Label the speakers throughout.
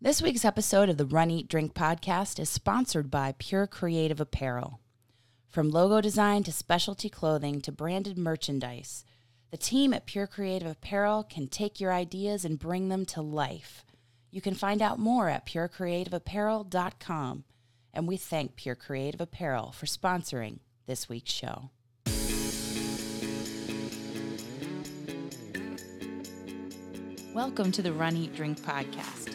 Speaker 1: This week's episode of the Run Eat Drink podcast is sponsored by Pure Creative Apparel. From logo design to specialty clothing to branded merchandise, the team at Pure Creative Apparel can take your ideas and bring them to life. You can find out more at purecreativeapparel.com, and we thank Pure Creative Apparel for sponsoring this week's show. Welcome to the Run Eat Drink podcast.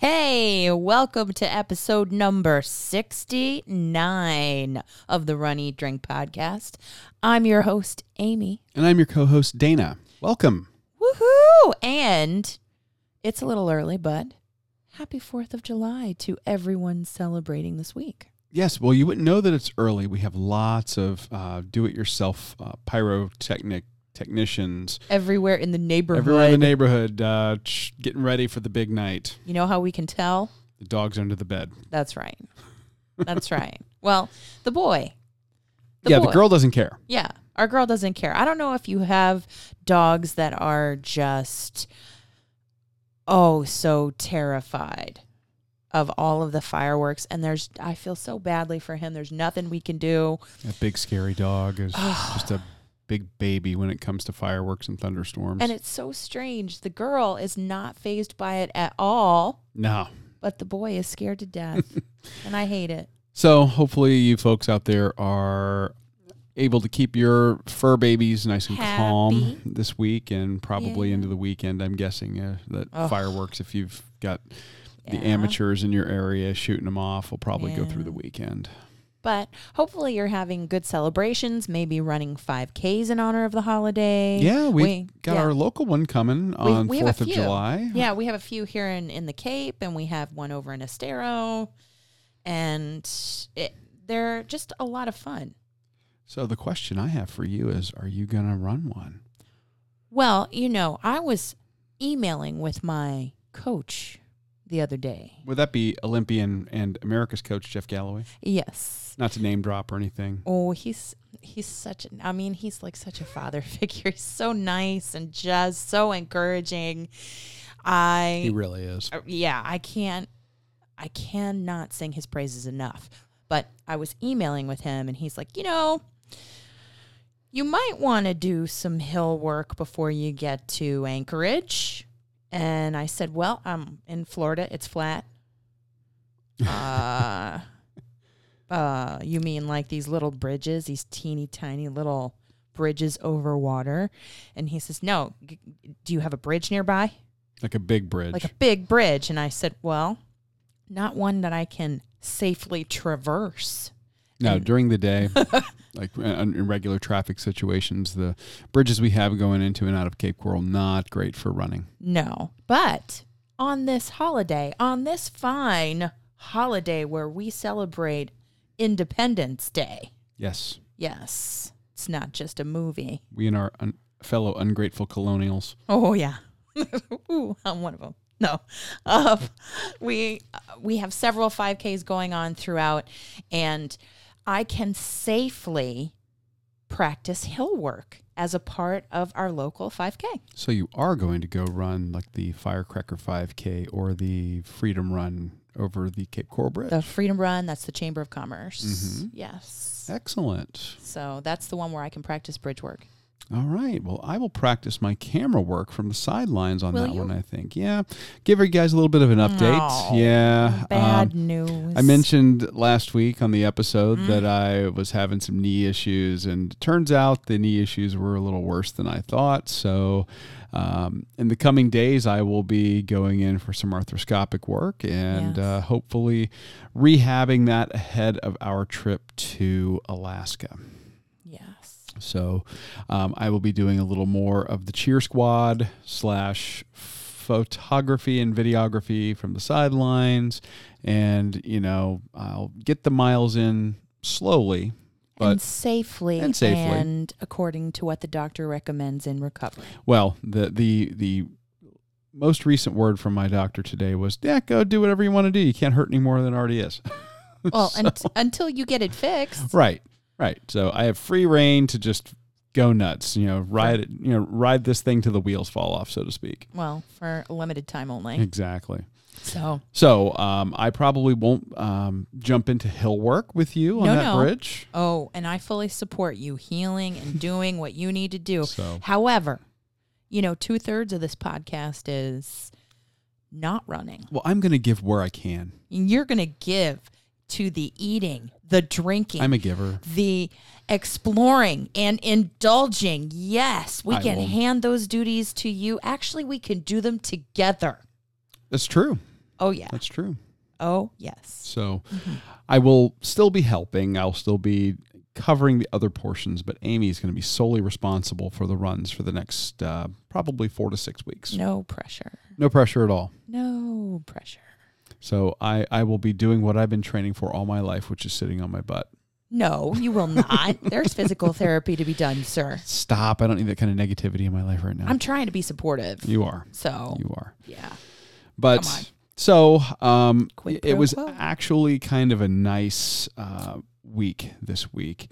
Speaker 1: Hey, welcome to episode number 69 of the Run Eat Drink podcast. I'm your host, Amy.
Speaker 2: And I'm your co host, Dana. Welcome.
Speaker 1: Woohoo! And it's a little early, but happy 4th of July to everyone celebrating this week.
Speaker 2: Yes, well, you wouldn't know that it's early. We have lots of uh, do it yourself uh, pyrotechnic technicians
Speaker 1: Everywhere in the neighborhood.
Speaker 2: everywhere in the neighborhood uh, ch- getting ready for the big night.
Speaker 1: you know how we can tell?
Speaker 2: The dog's under the bed.
Speaker 1: That's right. That's right. Well, the boy.
Speaker 2: yeah,
Speaker 1: boy.
Speaker 2: the girl doesn't care.
Speaker 1: Yeah, our girl doesn't care. I don't know if you have dogs that are just oh so terrified of all of the fireworks and there's I feel so badly for him. There's nothing we can do.
Speaker 2: That big scary dog is just a big baby when it comes to fireworks and thunderstorms.
Speaker 1: And it's so strange. The girl is not phased by it at all,
Speaker 2: no.
Speaker 1: but the boy is scared to death. and I hate it.
Speaker 2: So hopefully, you folks out there are able to keep your fur babies nice and
Speaker 1: Happy.
Speaker 2: calm this week and probably
Speaker 1: Yeah.
Speaker 2: into the weekend. I'm guessing uh, that
Speaker 1: Ugh.
Speaker 2: fireworks, if you've got the
Speaker 1: Yeah.
Speaker 2: amateurs in your area shooting them off, will probably go through
Speaker 1: Yeah.
Speaker 2: the weekend.
Speaker 1: But hopefully you're having good celebrations, maybe running 5Ks in honor of the holiday.
Speaker 2: Yeah, we've
Speaker 1: We-
Speaker 2: got
Speaker 1: yeah.
Speaker 2: our local one coming on
Speaker 1: we have a
Speaker 2: 4th of
Speaker 1: few.
Speaker 2: July.
Speaker 1: Yeah, we have a few here in, in the Cape, and we have one over in Estero, and it, they're just a lot of fun.
Speaker 2: So the question I have for you is, are you going to run one?
Speaker 1: Well, you know, I was emailing with my coach the other day.
Speaker 2: Would that be Olympian and America's coach, Jeff Galloway?
Speaker 1: Yes.
Speaker 2: Not to name drop or anything.
Speaker 1: Oh, he's he's such an I mean, he's like such a father figure. He's so nice and just so encouraging. I
Speaker 2: He really is.
Speaker 1: Uh, yeah, I can't, I cannot sing his praises enough. But I was emailing with him, and he's like, you know, you might want to do some hill work before you get to Anchorage. And I said, well, I'm in Florida. It's flat. Uh, uh, you mean like these little bridges, these teeny tiny little bridges over water? And he says, no. G- Do you have a bridge nearby?
Speaker 2: Like a big bridge.
Speaker 1: like a big bridge. And I said, Well, not one that I can safely traverse.
Speaker 2: No,
Speaker 1: Mm.
Speaker 2: during the day, like uh, in regular traffic situations, the bridges we have going into and out of Cape Coral not great for running.
Speaker 1: No. But on this holiday, on this fine holiday where we celebrate Independence Day,
Speaker 2: Yes,
Speaker 1: yes, it's not just a movie.
Speaker 2: we and our un- fellow ungrateful colonials.
Speaker 1: Oh yeah, Ooh, I'm one of them. No, um, we uh, we have several 5Ks going on throughout, and I can safely practice hill work as a part of our local 5K.
Speaker 2: So you are going to go run like the Firecracker 5K or the Freedom Run over the Cape Coral Bridge.
Speaker 1: The Freedom Run, that's the Chamber of Commerce.
Speaker 2: Mhm.
Speaker 1: Yes.
Speaker 2: Excellent.
Speaker 1: So that's the one where I can practice bridge work.
Speaker 2: All right. Well, I will practice my camera work from the sidelines on
Speaker 1: Will
Speaker 2: that
Speaker 1: you?
Speaker 2: one, I think. Yeah. Give you guys a little bit of an update.
Speaker 1: No.
Speaker 2: yeah. um,
Speaker 1: Bad news.
Speaker 2: I mentioned last week on the episode that I was having some knee issues, and it turns out the knee issues were a little worse than I thought. So, um, in the coming days, I will be going in for some arthroscopic work and
Speaker 1: Yes.
Speaker 2: uh, hopefully rehabbing that ahead of our trip to Alaska.
Speaker 1: Yes.
Speaker 2: So, um, I will be doing a little more of the cheer squad slash photography and videography from the sidelines, and you know I'll get the miles in slowly But
Speaker 1: and safely
Speaker 2: and safely.
Speaker 1: and according to what the doctor recommends in recovery.
Speaker 2: Well, the the the most recent word from my doctor today was, "Yeah, go do whatever you want to do. You can't hurt any more than it already is."
Speaker 1: Well, unt until you get it fixed.
Speaker 2: right, right. So I have free reign to just go nuts. You know, ride it. You know, ride this thing till the wheels fall off, so to speak.
Speaker 1: Well, for a limited time only.
Speaker 2: Exactly.
Speaker 1: So
Speaker 2: So um, I probably won't um, jump into hill work with you on
Speaker 1: No,
Speaker 2: that
Speaker 1: no.
Speaker 2: bridge.
Speaker 1: Oh, and I fully support you healing and doing what you need to do.
Speaker 2: So-
Speaker 1: However, you know, two thirds of this podcast is not running.
Speaker 2: Well, I'm going to give where I can.
Speaker 1: And you're going to give to the eating, the drinking,
Speaker 2: I'm a giver.
Speaker 1: the exploring and indulging. Yes, we
Speaker 2: I
Speaker 1: can
Speaker 2: will.
Speaker 1: hand those duties to you. Actually, we can do them together.
Speaker 2: That's true.
Speaker 1: Oh, yeah.
Speaker 2: That's true.
Speaker 1: Oh, yes.
Speaker 2: So
Speaker 1: Mm-hmm.
Speaker 2: I will still be helping. I'll still be covering the other portions, but Amy is going to be solely responsible for the runs for the next uh, probably four to six weeks.
Speaker 1: No pressure.
Speaker 2: No pressure at all.
Speaker 1: No pressure.
Speaker 2: So I, I will be doing what I've been training for all my life, which is sitting on my butt.
Speaker 1: No, you will not. There's physical therapy to be done, sir.
Speaker 2: Stop. I don't need that kind of negativity in my life right now.
Speaker 1: I'm trying to be supportive.
Speaker 2: you are.
Speaker 1: So
Speaker 2: You are.
Speaker 1: yeah,
Speaker 2: But
Speaker 1: Come on.
Speaker 2: so um,
Speaker 1: Quid
Speaker 2: it
Speaker 1: pro
Speaker 2: was
Speaker 1: quo.
Speaker 2: actually kind of a nice uh, week this week.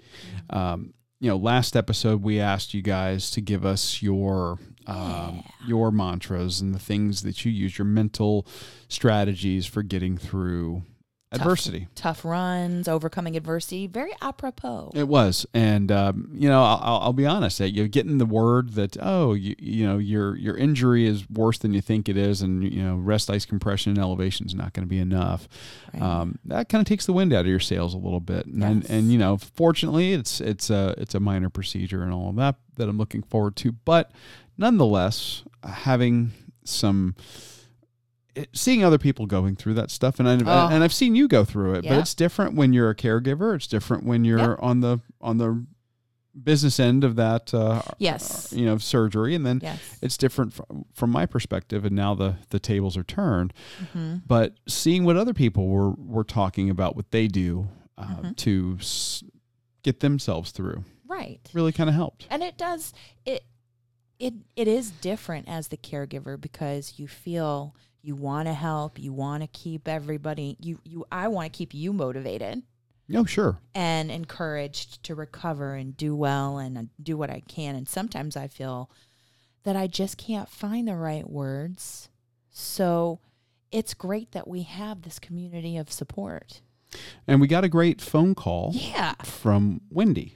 Speaker 1: Mm-hmm.
Speaker 2: Um, you know, last episode we asked you guys to give us your um, your mantras and the things that you use, your mental strategies for getting through adversity.
Speaker 1: tough runs, overcoming adversity, very apropos.
Speaker 2: It was, and um, you know, I'll, I'll- I'll be honest. That you're getting the word that oh, you, you know, your your injury is worse than you think it is, and you know, rest, ice compression, and elevation is not going to be enough.
Speaker 1: Right.
Speaker 2: Um, that kind of takes the wind out of your sails a little bit, and, and
Speaker 1: Yes.
Speaker 2: and you know, fortunately, it's it's a it's a minor procedure and all of that that I'm looking forward to, but nonetheless, having some. it- Seeing other people going through that stuff, and I
Speaker 1: Oh.
Speaker 2: and I've seen you go through it, but
Speaker 1: Yeah.
Speaker 2: it's different when you're a caregiver. It's different when you're
Speaker 1: Yep.
Speaker 2: on the on the business end of that, uh,
Speaker 1: Yes.
Speaker 2: you know, surgery, and then
Speaker 1: yes.
Speaker 2: it's different from, from my perspective. And now the the tables are turned
Speaker 1: Mhm.
Speaker 2: but seeing what other people were were talking about what they do uh,
Speaker 1: Mm-hmm.
Speaker 2: to s- get themselves through
Speaker 1: Right.
Speaker 2: really kind of helped
Speaker 1: And it does it it it is different as the caregiver because you feel you want to help, you want to keep everybody you you I want to keep you motivated
Speaker 2: no Oh, sure
Speaker 1: and encouraged to recover and do well and uh, do what I can and sometimes I feel that I just can't find the right words. So it's great that we have this community of support.
Speaker 2: and we got a great phone call
Speaker 1: Yeah.
Speaker 2: from wendy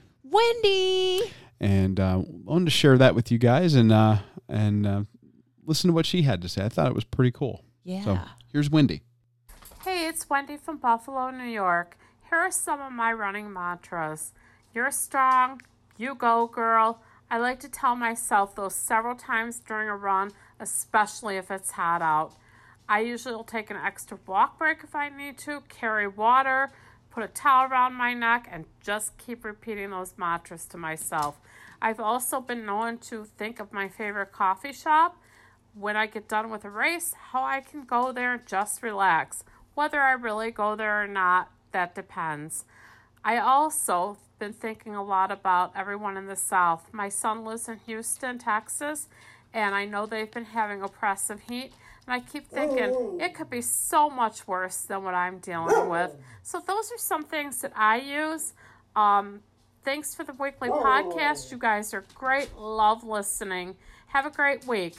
Speaker 1: Wendy.
Speaker 2: and uh, wanted to share that with you guys and uh, and uh, listen to what she had to say i thought it was pretty cool
Speaker 1: Yeah.
Speaker 2: so here's wendy
Speaker 3: Hey, it's Wendy from Buffalo, New York. Here are some of my running mantras. You're strong. You go, girl. I like to tell myself those several times during a run, especially if it's hot out. I usually will take an extra walk break if I need to, carry water, put a towel around my neck, and just keep repeating those mantras to myself. I've also been known to think of my favorite coffee shop when I get done with a race, how I can go there and just relax. Whether I really go there or not, that depends. I also been thinking a lot about everyone in the South. My son lives in Houston, Texas, and I know they've been having oppressive heat. And I keep thinking it could be so much worse than what I'm dealing with. So those are some things that I use. Um, thanks for the weekly podcast. You guys are great. Love listening. Have a great week.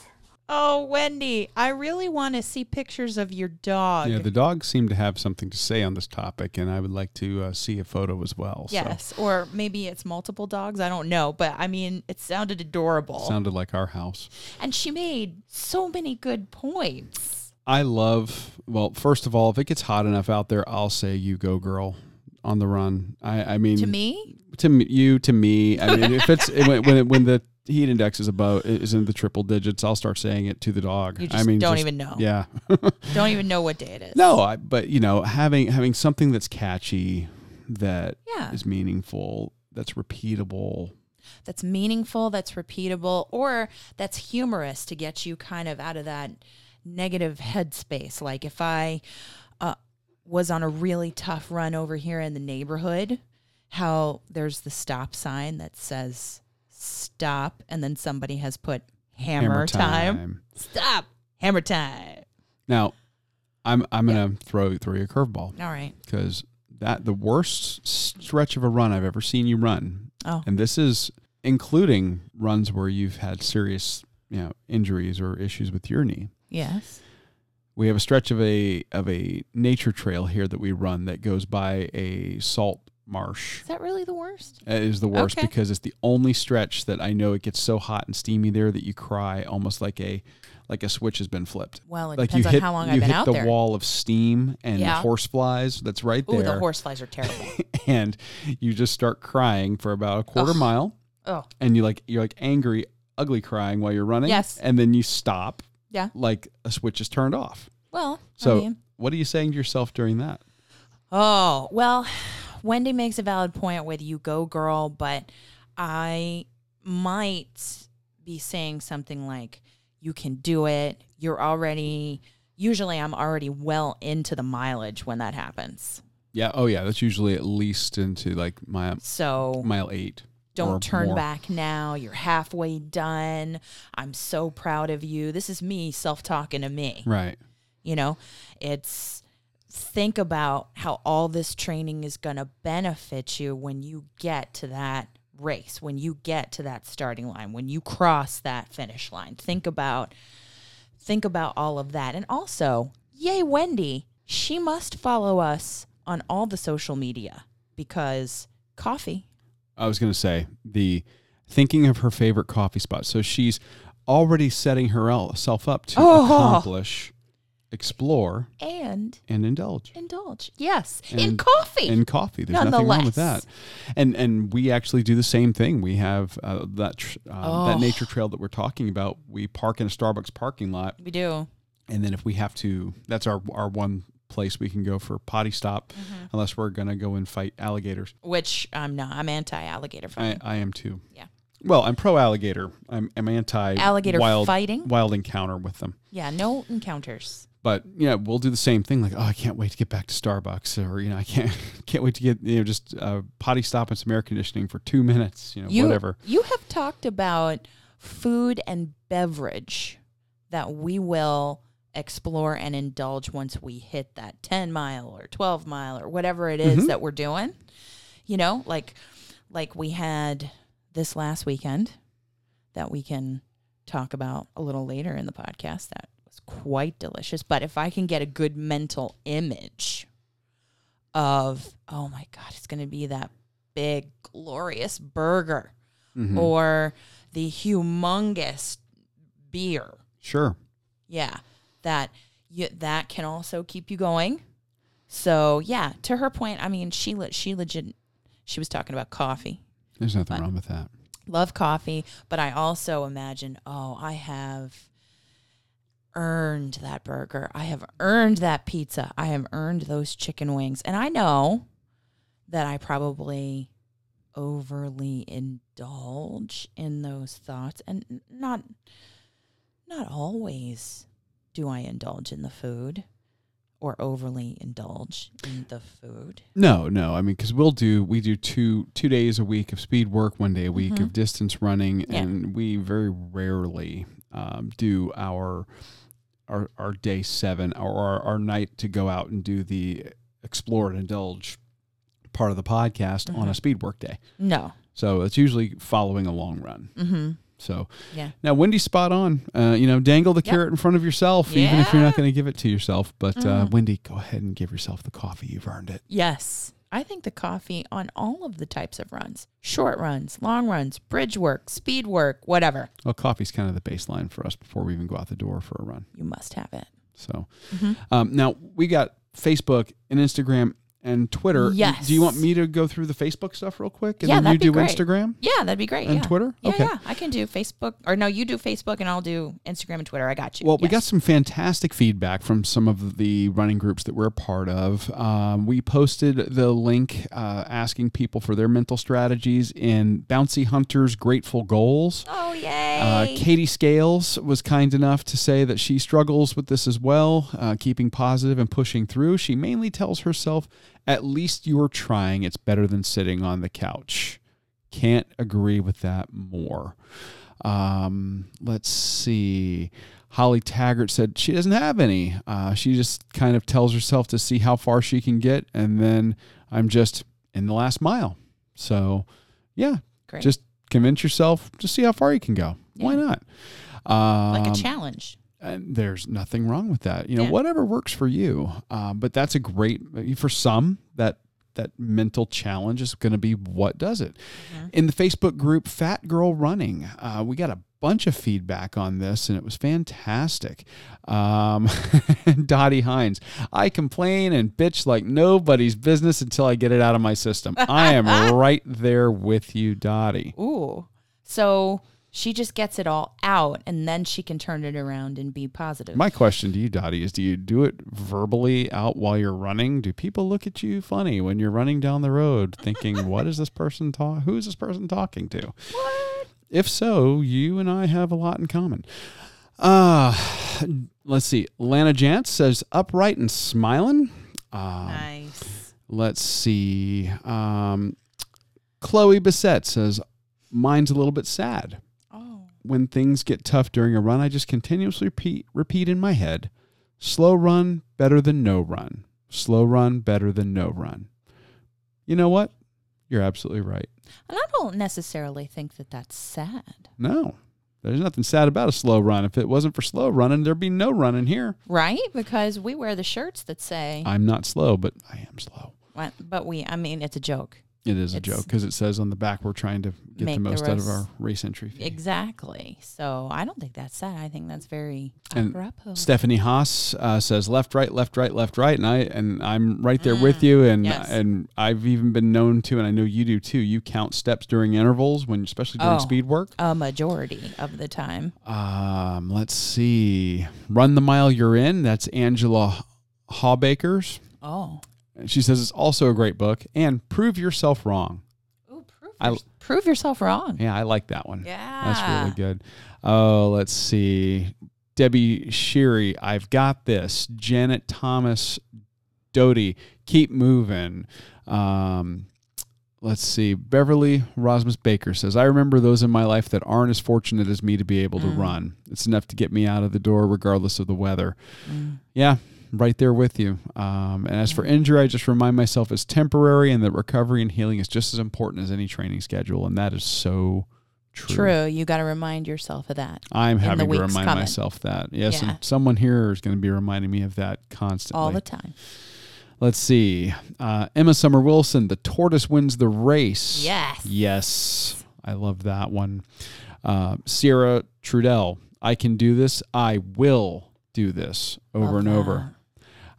Speaker 1: Oh, Wendy, I really want to see pictures of your dog.
Speaker 2: yeah the dogs seem to have something to say on this topic and i would like to uh, see a photo as well
Speaker 1: yes, or maybe it's multiple dogs. I don't know, but I mean, it sounded adorable.
Speaker 2: so sounded like our house
Speaker 1: and she made so many good points.
Speaker 2: I love. Well, first of all, if it gets hot enough out there, I'll say you go, girl, on the run. I, I mean,
Speaker 1: To me,
Speaker 2: to me, you, to me. I mean, if it's when when, when the heat index is above is in the triple digits, I'll start saying it to the dog.
Speaker 1: You
Speaker 2: I
Speaker 1: just
Speaker 2: mean,
Speaker 1: don't even know.
Speaker 2: Yeah.
Speaker 1: don't even know what day it is.
Speaker 2: no, I, but you know, having having something that's catchy, that is
Speaker 1: Yeah.
Speaker 2: meaningful, that's repeatable.
Speaker 1: That's meaningful, that's repeatable, or that's humorous to get you kind of out of that negative headspace. Like if I uh, was on a really tough run over here in the neighborhood how there's the stop sign that says stop, and then somebody has put hammer, time. Stop, hammer time.
Speaker 2: Now, I'm I'm gonna throw throw you a curveball
Speaker 1: All right.
Speaker 2: because that the worst stretch of a run I've ever seen you run,
Speaker 1: Oh,
Speaker 2: and this is including runs where you've had serious you know injuries or issues with your knee.
Speaker 1: yes.
Speaker 2: we have a stretch of a of a nature trail here that we run that goes by a salt marsh.
Speaker 1: Is that really the worst?
Speaker 2: It is the worst
Speaker 1: Okay.
Speaker 2: because it's the only stretch that I know it gets so hot and steamy there that you cry almost like a like a switch has been flipped.
Speaker 1: Well, it
Speaker 2: like
Speaker 1: depends
Speaker 2: you
Speaker 1: on
Speaker 2: hit,
Speaker 1: how long
Speaker 2: you
Speaker 1: I've been
Speaker 2: hit
Speaker 1: out
Speaker 2: the
Speaker 1: there.
Speaker 2: wall of steam and
Speaker 1: Yeah.
Speaker 2: horseflies that's right
Speaker 1: Ooh,
Speaker 2: there,
Speaker 1: the horse flies are terrible.
Speaker 2: and you just start crying for about a quarter
Speaker 1: Ugh.
Speaker 2: mile,
Speaker 1: oh,
Speaker 2: and you like you're like angry, ugly crying while you're running.
Speaker 1: Yes.
Speaker 2: and then you stop
Speaker 1: yeah.
Speaker 2: like a switch is turned off.
Speaker 1: Well,
Speaker 2: So,
Speaker 1: I mean,
Speaker 2: what are you saying to yourself during that?
Speaker 1: Oh, well, Wendy makes a valid point with you go girl, but I might be saying something like, you can do it. You're already, usually I'm already well into the mileage when that happens.
Speaker 2: Yeah. Oh, yeah. That's usually at least into like mile
Speaker 1: So
Speaker 2: mile eight. or
Speaker 1: don't turn
Speaker 2: more.
Speaker 1: back now. You're halfway done. I'm so proud of you. This is me self talking to me.
Speaker 2: Right.
Speaker 1: You know, it's think about how all this training is going to benefit you when you get to that race, when you get to that starting line, when you cross that finish line. Think about think about all of that. And also, yay Wendy, she must follow us on all the social media because coffee.
Speaker 2: I was gonna say the thinking of her favorite coffee spot. So she's already setting herself up to
Speaker 1: Oh.
Speaker 2: accomplish, explore,
Speaker 1: And
Speaker 2: and indulge.
Speaker 1: indulge. Yes, in
Speaker 2: And-
Speaker 1: coffee.
Speaker 2: In coffee, there's nothing wrong with that,
Speaker 1: Nonetheless.
Speaker 2: and and we actually do the same thing. We have uh, that tr- uh,
Speaker 1: Oh.
Speaker 2: that nature trail that we're talking about. We park in a Starbucks parking lot,
Speaker 1: we do.
Speaker 2: and then if we have to that's our our one place we can go for potty stop
Speaker 1: Mm-hmm.
Speaker 2: unless we're going to go and fight alligators
Speaker 1: Which I'm not. I'm anti alligator
Speaker 2: I,
Speaker 1: farming.
Speaker 2: I am too
Speaker 1: Yeah.
Speaker 2: well i'm pro alligator i'm, I'm anti
Speaker 1: Alligator
Speaker 2: wild,
Speaker 1: fighting?
Speaker 2: wild encounter with them
Speaker 1: yeah, no encounters.
Speaker 2: but yeah we'll do the same thing like oh i can't wait to get back to starbucks or you know i can't can't wait to get you know just uh, potty stop and some air conditioning for two minutes you know
Speaker 1: you,
Speaker 2: whatever
Speaker 1: You have talked about food and beverage that we will explore and indulge once we hit that 10 mile or 12 mile or whatever it
Speaker 2: Mm-hmm.
Speaker 1: is that we're doing. You know, like like we had this last weekend that we can talk about a little later in the podcast that was quite delicious, but if I can get a good mental image of oh my god, it's going to be that big glorious burger or the humongous beer.
Speaker 2: sure
Speaker 1: Yeah, that you, that can also keep you going. So yeah, to her point, I mean, she le- she legit she was talking about coffee.
Speaker 2: there's nothing wrong with that
Speaker 1: Love coffee, but I also imagine, oh, I have earned that burger. I have earned that pizza. I have earned those chicken wings. And I know that I probably overly indulge in those thoughts and n- not not always do I indulge in the food or overly indulge in the food.
Speaker 2: No, no. I mean, because we'll do we do two two days a week of speed work, one day a week of distance running,
Speaker 1: Yeah.
Speaker 2: and we very rarely um, do our our our day seven or our, our night to go out and do the explore and indulge part of the podcast on a speed work day.
Speaker 1: No.
Speaker 2: So it's usually following a long run.
Speaker 1: Mhm.
Speaker 2: So
Speaker 1: Yeah.
Speaker 2: now Wendy's spot on. Uh, you know, dangle the
Speaker 1: Yep.
Speaker 2: carrot in front of yourself, even if you're
Speaker 1: Yeah. Mm-hmm.
Speaker 2: not going to give it to yourself. But uh, Wendy, go ahead and give yourself the coffee. You've earned it.
Speaker 1: Yes. I think the coffee on all of the types of runs short runs, long runs, bridge work, speed work, whatever.
Speaker 2: Well, coffee's kind of the baseline for us before we even go out the door for a run.
Speaker 1: You must have it.
Speaker 2: So
Speaker 1: Mm-hmm.
Speaker 2: um, now we got Facebook and Instagram and Twitter.
Speaker 1: Yes.
Speaker 2: Do you want me to go through the Facebook stuff real quick and
Speaker 1: Yeah,
Speaker 2: then you
Speaker 1: that'd be
Speaker 2: do
Speaker 1: great.
Speaker 2: Instagram?
Speaker 1: Yeah, that'd be great.
Speaker 2: And
Speaker 1: yeah.
Speaker 2: Twitter?
Speaker 1: Yeah,
Speaker 2: Okay.
Speaker 1: yeah. I can do Facebook or no, you do Facebook and I'll do Instagram and Twitter. I got you.
Speaker 2: Well, we
Speaker 1: Yes.
Speaker 2: got some fantastic feedback from some of the running groups that we're a part of. Um, we posted the link uh, asking people for their mental strategies in Bouncy Hunter's Grateful Goals.
Speaker 1: Oh yay.
Speaker 2: Uh, Katie Scales was kind enough to say that she struggles with this as well, uh, keeping positive and pushing through. She mainly tells herself At least you're trying. It's better than sitting on the couch. Can't agree with that more. Um, let's see. Holly Taggart said she doesn't have any. Uh, she just kind of tells herself to see how far she can get. And then I'm just in the last mile. So, yeah,
Speaker 1: Great.
Speaker 2: just convince yourself, just see how far you can go. Why
Speaker 1: Yeah.
Speaker 2: not? Um,
Speaker 1: like a challenge.
Speaker 2: and there's nothing wrong with that. You know,
Speaker 1: Yeah.
Speaker 2: whatever works for you. Um, but that's a great uh, for some that that mental challenge is going to be what does it.
Speaker 1: Mm-hmm.
Speaker 2: In the Facebook group Fat Girl Running, uh, we got a bunch of feedback on this, and it was fantastic. Um, Dottie Hines, I complain and bitch like nobody's business until I get it out of my system. I am right there with you, Dottie.
Speaker 1: Ooh. So she just gets it all out and then she can turn it around and be positive.
Speaker 2: My question to you, Dottie, is do you do it verbally out while you're running? Do people look at you funny when you're running down the road thinking, what is this person talk who is this person talking to? If so, you and I have a lot in common. Uh let's see. Lana Jantz says upright and smiling. Uh,
Speaker 1: nice.
Speaker 2: let's see. Um, Chloe Bissett says mine's a little bit sad
Speaker 1: Oh.
Speaker 2: when things get tough during a run, I just continuously repeat, repeat in my head slow run better than no run. Slow run better than no run. You know what? You're absolutely right.
Speaker 1: And I don't necessarily think that that's sad.
Speaker 2: No, there's nothing sad about a slow run. If it wasn't for slow running, there'd be no running here.
Speaker 1: Right? Because we wear the shirts that say,
Speaker 2: I'm not slow, but I am slow.
Speaker 1: Well, but we, I mean, it's a joke.
Speaker 2: It is a
Speaker 1: It's-
Speaker 2: joke because it says on the back we're trying to get
Speaker 1: Make
Speaker 2: the
Speaker 1: the
Speaker 2: most out of
Speaker 1: race-
Speaker 2: our race entry fee.
Speaker 1: Exactly. So I don't think that's sad. I think that's very
Speaker 2: And
Speaker 1: apropos.
Speaker 2: Stephanie Haas uh, says left, right, left, right, left, right, and I and I'm right there with you, and
Speaker 1: Mm, yes.
Speaker 2: and I've even been known to, and I know you do too. You count steps during intervals when, especially during
Speaker 1: Oh.
Speaker 2: speed work.
Speaker 1: a majority of the time.
Speaker 2: Um, let's see, run the mile you're in. That's Angela Hawbaker's.
Speaker 1: Oh.
Speaker 2: And She says it's also a great book, and prove yourself wrong.
Speaker 1: Ooh, prove,
Speaker 2: I-
Speaker 1: yours- prove yourself wrong.
Speaker 2: Yeah, I like that one.
Speaker 1: Yeah.
Speaker 2: That's really good. Oh, let's see. Debbie Sheary, I've got this. Janet Thomas Doty, keep moving. Um, let's see. Beverly Rosmus Baker says, I remember those in my life that aren't as fortunate as me to be able to run. It's enough to get me out of the door regardless of the weather.
Speaker 1: Mm.
Speaker 2: Yeah. Right there with you. Um, and as for injury, I just remind myself it's temporary and that recovery and healing is just as important as any training schedule. And that is so true.
Speaker 1: True. You got to remind yourself of that
Speaker 2: I'm
Speaker 1: the
Speaker 2: having to
Speaker 1: weeks
Speaker 2: remind
Speaker 1: coming.
Speaker 2: myself that. Yes,
Speaker 1: Yeah.
Speaker 2: and someone here is going to be reminding me of that constantly.
Speaker 1: all the time.
Speaker 2: Let's see. Uh, Emma Summer Wilson, the tortoise wins the race.
Speaker 1: Yes.
Speaker 2: Yes. I love that one. Uh, Sierra Trudell, I can do this. I will do this over
Speaker 1: Love
Speaker 2: and over.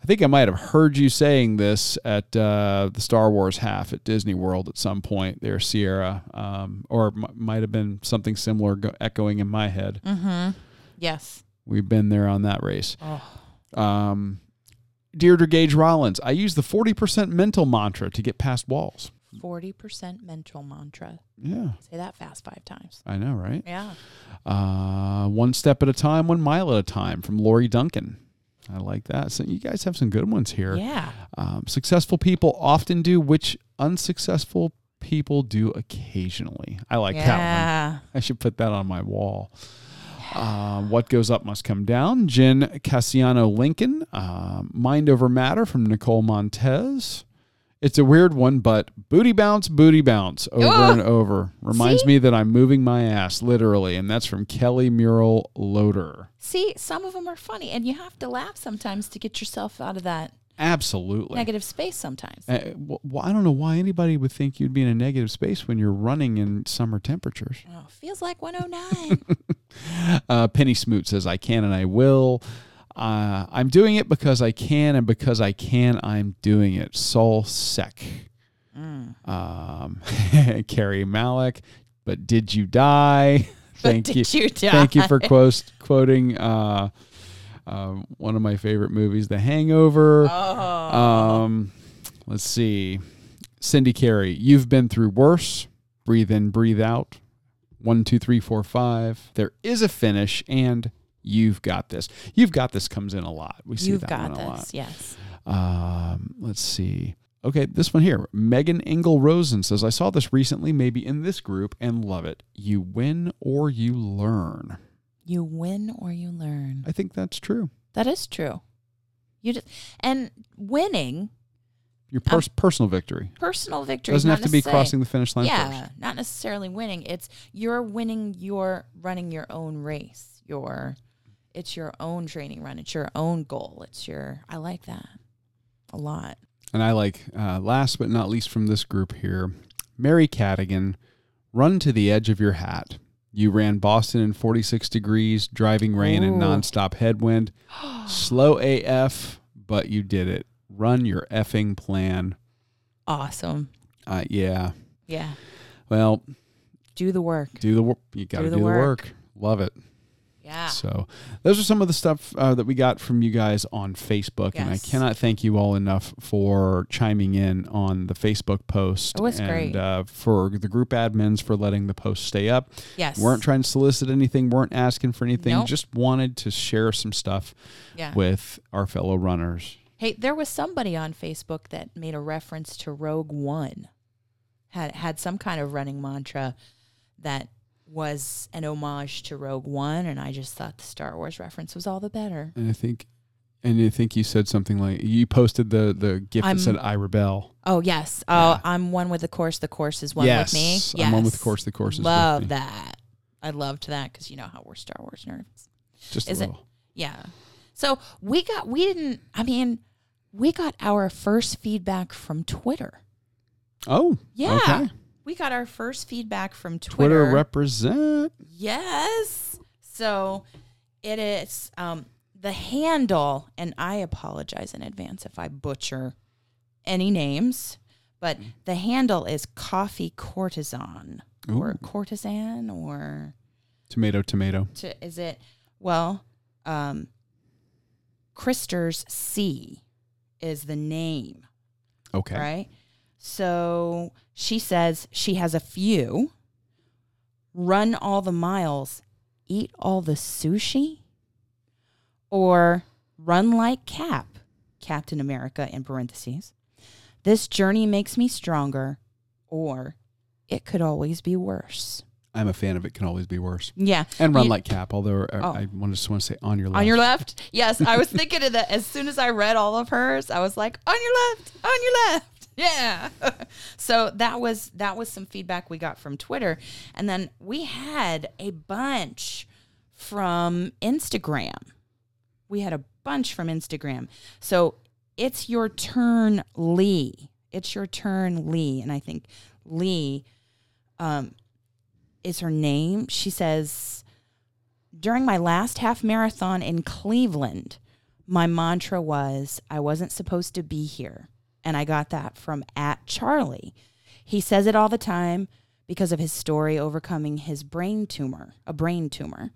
Speaker 2: I think I might have heard you saying this at uh, the Star Wars half at Disney World at some point there, Sierra, um, or m- might have been something similar go- echoing in my head.
Speaker 1: Mm-hmm. Yes.
Speaker 2: We've been there on that race.
Speaker 1: Oh.
Speaker 2: Um, Deirdre Gage Rollins, I use the 40% mental mantra to get past walls.
Speaker 1: 40% mental mantra.
Speaker 2: Yeah,
Speaker 1: Say that fast five times.
Speaker 2: I know, right?
Speaker 1: Yeah.
Speaker 2: Uh, one step at a time, one mile at a time from Lori Duncan. I like that. So you guys have some good ones here.
Speaker 1: Yeah.
Speaker 2: Um, successful people often do, which unsuccessful people do occasionally. I like that one.
Speaker 1: yeah.
Speaker 2: I should put that on my wall. Uh, what goes up must come down. Jen Cassiano Lincoln. Uh, Mind Over Matter from Nicole Montez. It's a weird one, but booty bounce, booty bounce over
Speaker 1: Ugh.
Speaker 2: and over. Reminds
Speaker 1: See?
Speaker 2: me that I'm moving my ass, literally. And that's from Kelly Mural Loader.
Speaker 1: See, some of them are funny, and you have to laugh sometimes to get yourself out of that
Speaker 2: Absolutely.
Speaker 1: negative space sometimes.
Speaker 2: Uh, w- well, I don't know why anybody would think you'd be in a negative space when you're running in summer temperatures.
Speaker 1: Oh, feels like 109.
Speaker 2: Uh, Penny Smoot says, I can and I will. Uh, I'm doing it because I can, and because I can, I'm doing it. Sol Sec.
Speaker 1: Mm.
Speaker 2: Um, Carrie Malik, but did you die? Thank
Speaker 1: but
Speaker 2: you.
Speaker 1: Did you die?
Speaker 2: Thank you for quos- quoting uh, um, one of my favorite movies, The Hangover.
Speaker 1: Oh,
Speaker 2: Um, let's see. Cindy Carey, you've been through worse. Breathe in, breathe out. One, two, three, four, five. There is a finish, and you've got this. You've got this comes in a lot. We see
Speaker 1: You've
Speaker 2: that
Speaker 1: got
Speaker 2: one a
Speaker 1: this. Yes.
Speaker 2: lot. Um, let's see. Okay, this one here. Megan Engel Rosen says, I saw this recently, maybe in this group, and love it. You win or you learn.
Speaker 1: You win or you learn.
Speaker 2: I think that's true.
Speaker 1: That is true. You just and winning
Speaker 2: Your pers- personal victory
Speaker 1: personal victory
Speaker 2: doesn't
Speaker 1: not
Speaker 2: have to be
Speaker 1: necessarily-
Speaker 2: crossing the finish line
Speaker 1: Yeah,
Speaker 2: first.
Speaker 1: not necessarily winning. It's you're winning. You're running your own race. Your it's your own training run. It's your own goal. It's your. I like that a lot.
Speaker 2: And I like, uh, last but not least from this group here, Mary Cadigan, run to the edge of your hat. You ran Boston in 46 degrees, driving rain, and
Speaker 1: Ooh.
Speaker 2: nonstop headwind. Slow AF, but you did it. Run your effing plan.
Speaker 1: Awesome.
Speaker 2: Uh, yeah.
Speaker 1: Yeah.
Speaker 2: Well,
Speaker 1: Do the work.
Speaker 2: do the work. You got to do, the, work. Love it.
Speaker 1: Yeah.
Speaker 2: So, those are some of the stuff uh, that we got from you guys on Facebook, and I
Speaker 1: Yes.
Speaker 2: cannot thank you all enough for chiming in on the Facebook post.
Speaker 1: It was
Speaker 2: and,
Speaker 1: great.
Speaker 2: Uh, for the group admins for letting the post stay up.
Speaker 1: Yes.
Speaker 2: weren't trying to solicit anything. weren't asking for anything.
Speaker 1: Nope.
Speaker 2: Just wanted to share some stuff
Speaker 1: yeah.
Speaker 2: with our fellow runners.
Speaker 1: Hey, there was somebody on Facebook that made a reference to Rogue One. Had had some kind of running mantra that was an homage to Rogue One, and I just thought the Star Wars reference was all the better.
Speaker 2: And I think, and I think you said something like you posted the the gift
Speaker 1: I'm-
Speaker 2: that said "I rebel."
Speaker 1: Oh yes. Oh,
Speaker 2: Yeah.
Speaker 1: I'm one with the course. The course is one with me.
Speaker 2: Yes, I'm one with the course, the course is with
Speaker 1: Love
Speaker 2: me.
Speaker 1: that. I loved that because you know how we're Star Wars nerds.
Speaker 2: Just
Speaker 1: Is
Speaker 2: a
Speaker 1: it-
Speaker 2: little.
Speaker 1: Yeah. So we got we didn't. I mean, we got our first feedback from Twitter.
Speaker 2: Oh,
Speaker 1: Yeah.
Speaker 2: okay.
Speaker 1: We got our first feedback from Twitter.
Speaker 2: Twitter represent.
Speaker 1: Yes. So it is um, the handle, and I apologize in advance if I butcher any names, but the handle is Coffee Courtesan or
Speaker 2: Ooh.
Speaker 1: Courtesan or
Speaker 2: Tomato, tomato.
Speaker 1: to, is it, well, um, Christers C is the name,
Speaker 2: Okay.
Speaker 1: right? So she says she has a few. Run all the miles, eat all the sushi, or run like Cap, Captain America in parentheses. This journey makes me stronger, or it could always be worse.
Speaker 2: I'm a fan of it. Can always be worse.
Speaker 1: Yeah.
Speaker 2: And run
Speaker 1: You-
Speaker 2: like cap. Although I
Speaker 1: Oh.
Speaker 2: I wanna- just want to say on your left.
Speaker 1: on your left. Yes, I was thinking of that as soon as I read all of hers. I was like, on your left, on your left. Yeah. so that was that was some feedback we got from Twitter, and then we had a bunch from Instagram. We had a bunch from Instagram. So it's your turn, Lee. It's your turn, Lee. And I think Lee um, is her name. She says, during my last half marathon in Cleveland, my mantra was, I wasn't supposed to be here. And I got that from at Charlie. He says it all the time because of his story overcoming his brain tumor, a brain tumor.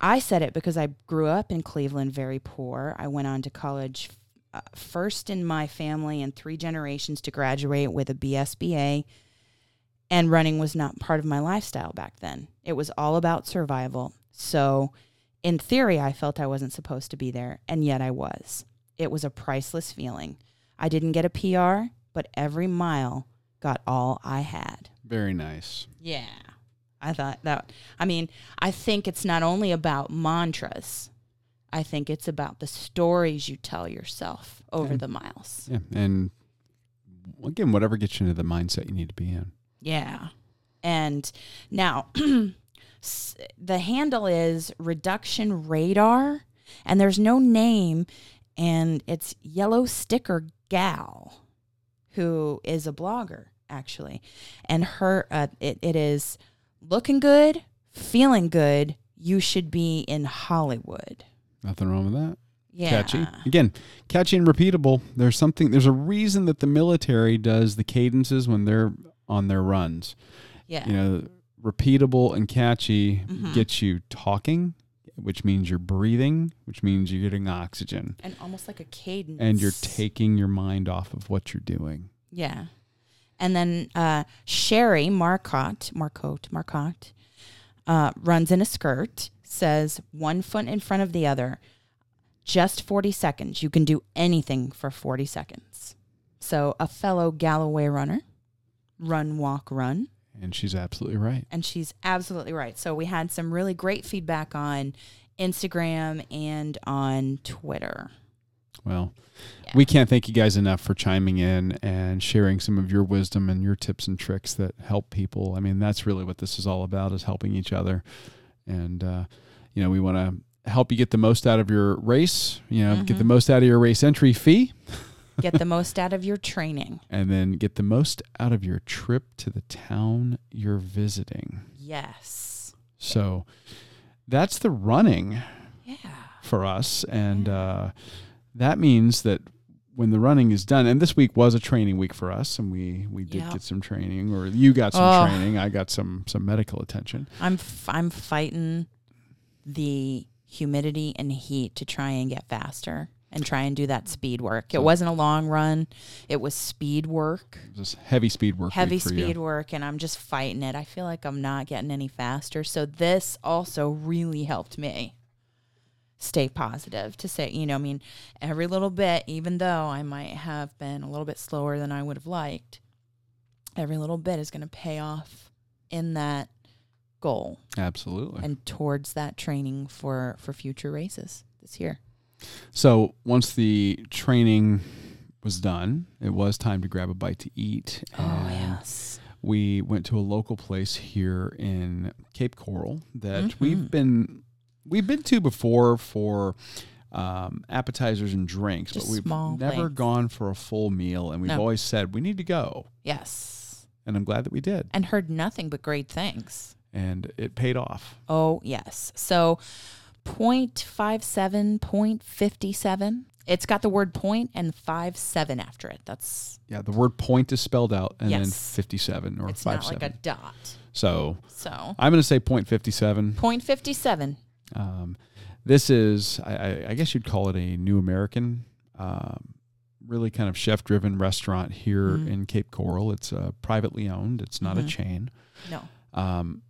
Speaker 1: I said it because I grew up in Cleveland very poor. I went on to college uh, first in my family and three generations to graduate with a BSBA and running was not part of my lifestyle back then. It was all about survival. So, in theory, I felt I wasn't supposed to be there, and yet I was. It was a priceless feeling. I didn't get a PR, but every mile got all I had.
Speaker 2: Very nice.
Speaker 1: Yeah. I thought that, I mean, I think it's not only about mantras, I think it's about the stories you tell yourself over
Speaker 2: Yeah.
Speaker 1: the miles.
Speaker 2: Yeah. And again, whatever gets you into the mindset you need to be in.
Speaker 1: Yeah. And now s- the handle is Reduction Radar, and there's no name, and it's Yellow Sticker Gal, who is a blogger, actually. And her, uh, it, it is looking good, feeling good. You should be in Hollywood.
Speaker 2: Nothing wrong with that.
Speaker 1: Yeah.
Speaker 2: Catchy. Again, catchy and repeatable. There's something, there's a reason that the military does the cadences when they're on their runs.
Speaker 1: Yeah. Mm-hmm.
Speaker 2: You know, repeatable and catchy gets you talking, which means you're breathing, which means you're getting oxygen.
Speaker 1: And almost like a cadence.
Speaker 2: and you're taking your mind off of what you're doing.
Speaker 1: Yeah. And then uh, Sherry Marcotte, Marcotte, Marcotte, uh, runs in a skirt, says one foot in front of the other, just 40 seconds. You can do anything for 40 seconds. So, a fellow Galloway runner, run, walk, run.
Speaker 2: And she's absolutely right.
Speaker 1: And she's absolutely right. So, we had some really great feedback on Instagram and on Twitter.
Speaker 2: Well, we can't thank you guys enough for chiming in and sharing some of your wisdom and your tips and tricks that help people. I mean, that's really what this is all about is helping each other. And uh, you know, we want to help you get the most out of your race, you know, get the most out of your race entry fee
Speaker 1: Get the most out of your training.
Speaker 2: and then get the most out of your trip to the town you're visiting.
Speaker 1: Yes.
Speaker 2: So that's the running.
Speaker 1: Yeah.
Speaker 2: for us. And uh, that means that when the running is done, and this week was a training week for us, and we, we did
Speaker 1: Yeah.
Speaker 2: get some training, or you got some
Speaker 1: Oh.
Speaker 2: training, I got some some medical attention.
Speaker 1: I'm f- I'm fighting the humidity and heat to try and get faster and try and do that speed work. It wasn't a long run. It was speed work.
Speaker 2: It was heavy speed work.
Speaker 1: heavy
Speaker 2: week for you.
Speaker 1: speed work and I'm just fighting it. I feel like I'm not getting any faster. So this also really helped me stay positive to say, you know, I mean, every little bit, even though I might have been a little bit slower than I would have liked, every little bit is going to pay off in that goal
Speaker 2: Absolutely.
Speaker 1: and towards that training for for future races this year.
Speaker 2: So once the training was done, it was time to grab a bite to eat.
Speaker 1: Oh,
Speaker 2: and
Speaker 1: yes.
Speaker 2: We went to a local place here in Cape Coral that
Speaker 1: Mm-hmm.
Speaker 2: we've been we've been to before for um, appetizers and drinks,
Speaker 1: Just
Speaker 2: but we've
Speaker 1: small
Speaker 2: never
Speaker 1: plates.
Speaker 2: gone for a full meal, and we've
Speaker 1: No.
Speaker 2: always said we need to go,
Speaker 1: Yes.
Speaker 2: and I'm glad that we did,
Speaker 1: And heard nothing but great things.
Speaker 2: and it paid off.
Speaker 1: Oh, yes. So 0.57, 0.57. It's got the word point and five seven after it. That's
Speaker 2: Yeah, the word point is spelled out, and then
Speaker 1: Yes.
Speaker 2: 57 or
Speaker 1: it's
Speaker 2: five
Speaker 1: not like
Speaker 2: seven.
Speaker 1: a dot.
Speaker 2: so
Speaker 1: So
Speaker 2: I'm going to say point 57.
Speaker 1: 0.57.
Speaker 2: Um, this is, I, I, I guess you'd call it a new American, um, really kind of chef driven restaurant here
Speaker 1: Mhm.
Speaker 2: in Cape Coral. It's uh, privately owned, it's not
Speaker 1: Mhm.
Speaker 2: a chain.
Speaker 1: No.
Speaker 2: Um,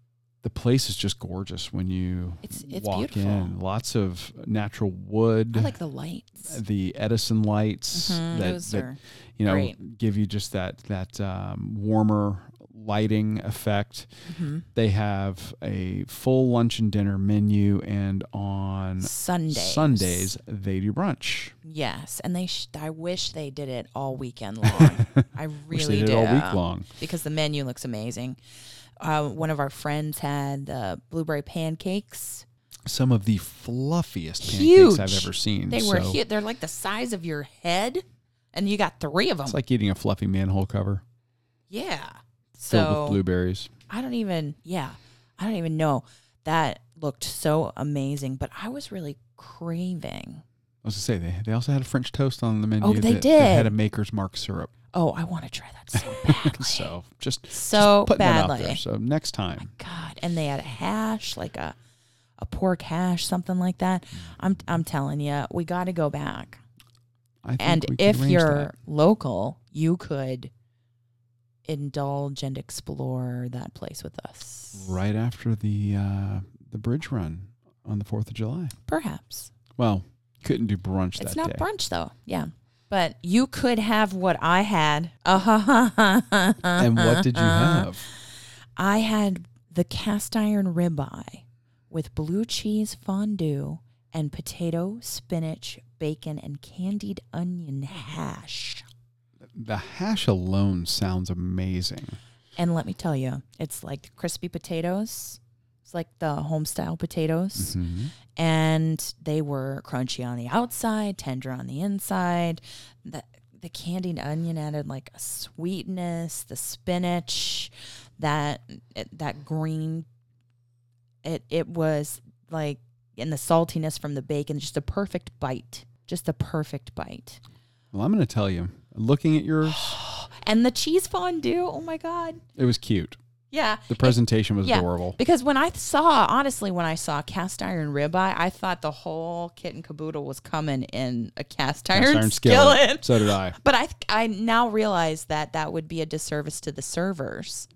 Speaker 2: the place is just gorgeous when you
Speaker 1: It's- it's
Speaker 2: walk
Speaker 1: beautiful.
Speaker 2: in. Lots of natural wood.
Speaker 1: I like the lights.
Speaker 2: the Edison lights
Speaker 1: Mhm,
Speaker 2: that,
Speaker 1: Those
Speaker 2: that,
Speaker 1: are
Speaker 2: you know
Speaker 1: great.
Speaker 2: give you just that that um, warmer lighting effect.
Speaker 1: mhm.
Speaker 2: They have a full lunch and dinner menu, and on
Speaker 1: Sundays.
Speaker 2: Sundays they do brunch.
Speaker 1: Yes. And they sh- I wish they did it all weekend long. I really
Speaker 2: Wish they did
Speaker 1: do.
Speaker 2: it all week long.
Speaker 1: because the menu looks amazing. Uh, one of our friends had uh, blueberry pancakes.
Speaker 2: Some of the fluffiest pancakes I've
Speaker 1: Huge.
Speaker 2: ever seen.
Speaker 1: They were
Speaker 2: Mm, so
Speaker 1: huge. They're like the size of your head, and you got three of them.
Speaker 2: It's like eating a fluffy manhole cover
Speaker 1: yeah.
Speaker 2: filled with
Speaker 1: So
Speaker 2: blueberries.
Speaker 1: I don't even. Yeah, I don't even know. That looked so amazing, but I was really craving.
Speaker 2: I was gonna say they, they also had a French toast on the menu.
Speaker 1: Oh, they
Speaker 2: that- that had
Speaker 1: did.
Speaker 2: a Maker's Mark syrup.
Speaker 1: Oh, I want to try that so badly.
Speaker 2: So just just
Speaker 1: So
Speaker 2: putting that out
Speaker 1: badly.
Speaker 2: there. So next time,
Speaker 1: God, and they had a hash, like a a pork hash, something like that. I'm I'm telling you, we got to go back.
Speaker 2: I think
Speaker 1: And
Speaker 2: we could
Speaker 1: if
Speaker 2: arrange
Speaker 1: you're
Speaker 2: that.
Speaker 1: local, you could indulge and explore that place with us.
Speaker 2: right after the uh, the bridge run on the Fourth of July.
Speaker 1: Perhaps.
Speaker 2: Well, couldn't do brunch
Speaker 1: It's
Speaker 2: that
Speaker 1: not
Speaker 2: day.
Speaker 1: brunch though. Yeah. But you could have what I had.
Speaker 2: And
Speaker 1: and
Speaker 2: what did you
Speaker 1: Uh-uh.
Speaker 2: have?
Speaker 1: I had the cast iron ribeye with blue cheese fondue and potato, spinach, bacon, and candied onion hash.
Speaker 2: The hash alone sounds amazing.
Speaker 1: And let me tell you, it's like crispy potatoes. It's like the home style potatoes.
Speaker 2: Mhm.
Speaker 1: And they were crunchy on the outside, tender on the inside. The, the candied onion added like a sweetness, the spinach, that it- that green it it was like and the saltiness from the bacon, just a perfect bite. Just a perfect bite.
Speaker 2: Well, I'm going to tell you. Looking at yours,
Speaker 1: And the cheese fondue, oh my god.
Speaker 2: it was cute.
Speaker 1: Yeah.
Speaker 2: The presentation was
Speaker 1: Yeah,
Speaker 2: adorable.
Speaker 1: Because when I saw, honestly, when I saw cast iron ribeye, I thought the whole kit and caboodle was coming in a cast iron,
Speaker 2: Cast iron
Speaker 1: skillet.
Speaker 2: So did I.
Speaker 1: But I, I now realize that that would be a disservice to the servers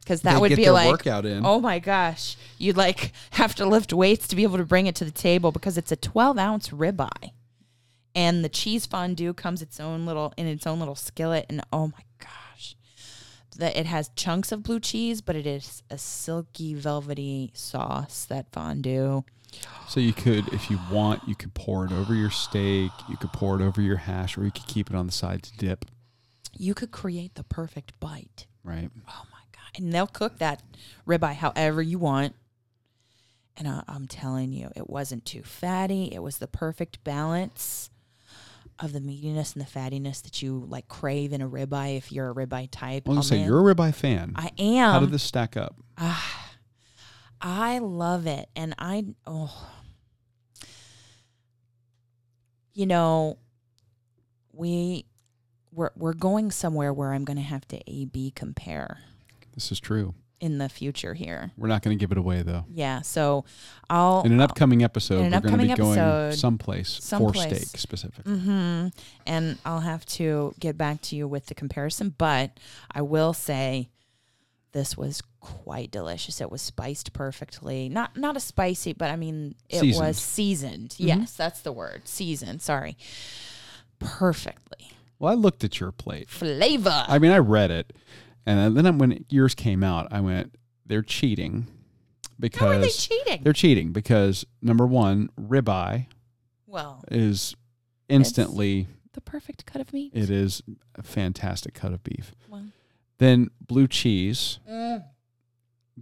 Speaker 1: because that
Speaker 2: They
Speaker 1: would
Speaker 2: get
Speaker 1: be
Speaker 2: their
Speaker 1: like,
Speaker 2: workout in.
Speaker 1: oh my gosh, you'd like have to lift weights to be able to bring it to the table because it's a 12 ounce ribeye. and the cheese fondue comes its own little in its own little skillet and oh my gosh that it has chunks of blue cheese but it is a silky velvety sauce that fondue
Speaker 2: So you could, if you want, you could pour it over your steak, you could pour it over your hash, or you could keep it on the side to dip.
Speaker 1: you could create the perfect bite
Speaker 2: Right.
Speaker 1: oh my god and they'll cook that ribeye however you want and I, i'm telling you it wasn't too fatty it was the perfect balance of the meatiness and the fattiness that you like crave in a ribeye if you're a ribeye type
Speaker 2: I'm gonna
Speaker 1: Oh,
Speaker 2: say
Speaker 1: man.
Speaker 2: you're a ribeye fan.
Speaker 1: i am
Speaker 2: How did this stack up?
Speaker 1: Ah, I love it. And I, oh, you know, we, we're, we're going somewhere where I'm going to have to A B compare
Speaker 2: This is true.
Speaker 1: in the future here.
Speaker 2: We're not gonna give it away though.
Speaker 1: Yeah. So I'll,
Speaker 2: In an upcoming episode,
Speaker 1: Oh, in an
Speaker 2: we're gonna be
Speaker 1: upcoming
Speaker 2: going
Speaker 1: episode,
Speaker 2: someplace, for
Speaker 1: someplace.
Speaker 2: steak specific.
Speaker 1: hmm and I'll have to get back to you with the comparison, but I will say this was quite delicious. It was spiced perfectly. Not not a spicy, but I mean it
Speaker 2: Seasoned. Mm-hmm.
Speaker 1: was seasoned. Yes, that's the word. Seasoned, sorry. Perfectly.
Speaker 2: Well, I looked at your plate.
Speaker 1: Flavor.
Speaker 2: I mean, I read it, and then when yours came out, I went, "They're cheating," because
Speaker 1: How are they cheating?
Speaker 2: they're cheating because number one, ribeye
Speaker 1: Well,
Speaker 2: is instantly
Speaker 1: the perfect cut of meat.
Speaker 2: it is a fantastic cut of beef.
Speaker 1: Well,
Speaker 2: Then blue cheese.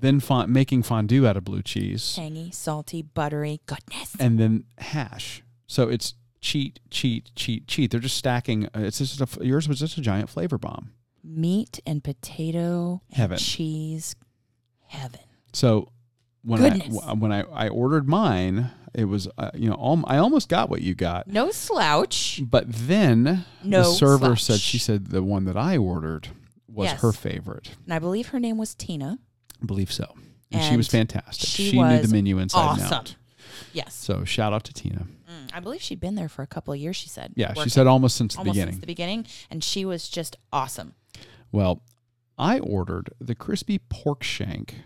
Speaker 2: Then fon- making fondue out of blue cheese,
Speaker 1: tangy, salty, buttery, goodness.
Speaker 2: and then hash. So it's cheat, cheat, cheat, cheat. They're just stacking. uh, It's just a, f- yours was just a giant flavor bomb.
Speaker 1: Meat and potato and
Speaker 2: Heaven.
Speaker 1: cheese heaven.
Speaker 2: So when I
Speaker 1: Goodness.
Speaker 2: w- when I, I ordered mine, it was uh, you know al- I almost got what you got,
Speaker 1: No slouch.
Speaker 2: but then
Speaker 1: No
Speaker 2: the server
Speaker 1: slouch.
Speaker 2: said she said the one that I ordered was
Speaker 1: Yes.
Speaker 2: her favorite.
Speaker 1: And I believe her name was Tina.
Speaker 2: I believe so, and, she
Speaker 1: And
Speaker 2: was fantastic.
Speaker 1: she
Speaker 2: She, knew
Speaker 1: was
Speaker 2: the menu inside and
Speaker 1: awesome.
Speaker 2: out.
Speaker 1: Yes.
Speaker 2: So shout out to Tina.
Speaker 1: Mm, I believe she'd been there for a couple of years, she said.
Speaker 2: Yeah, she
Speaker 1: working
Speaker 2: said almost since the
Speaker 1: almost
Speaker 2: beginning.
Speaker 1: since the beginning. And she was just awesome.
Speaker 2: Well, I ordered the crispy pork shank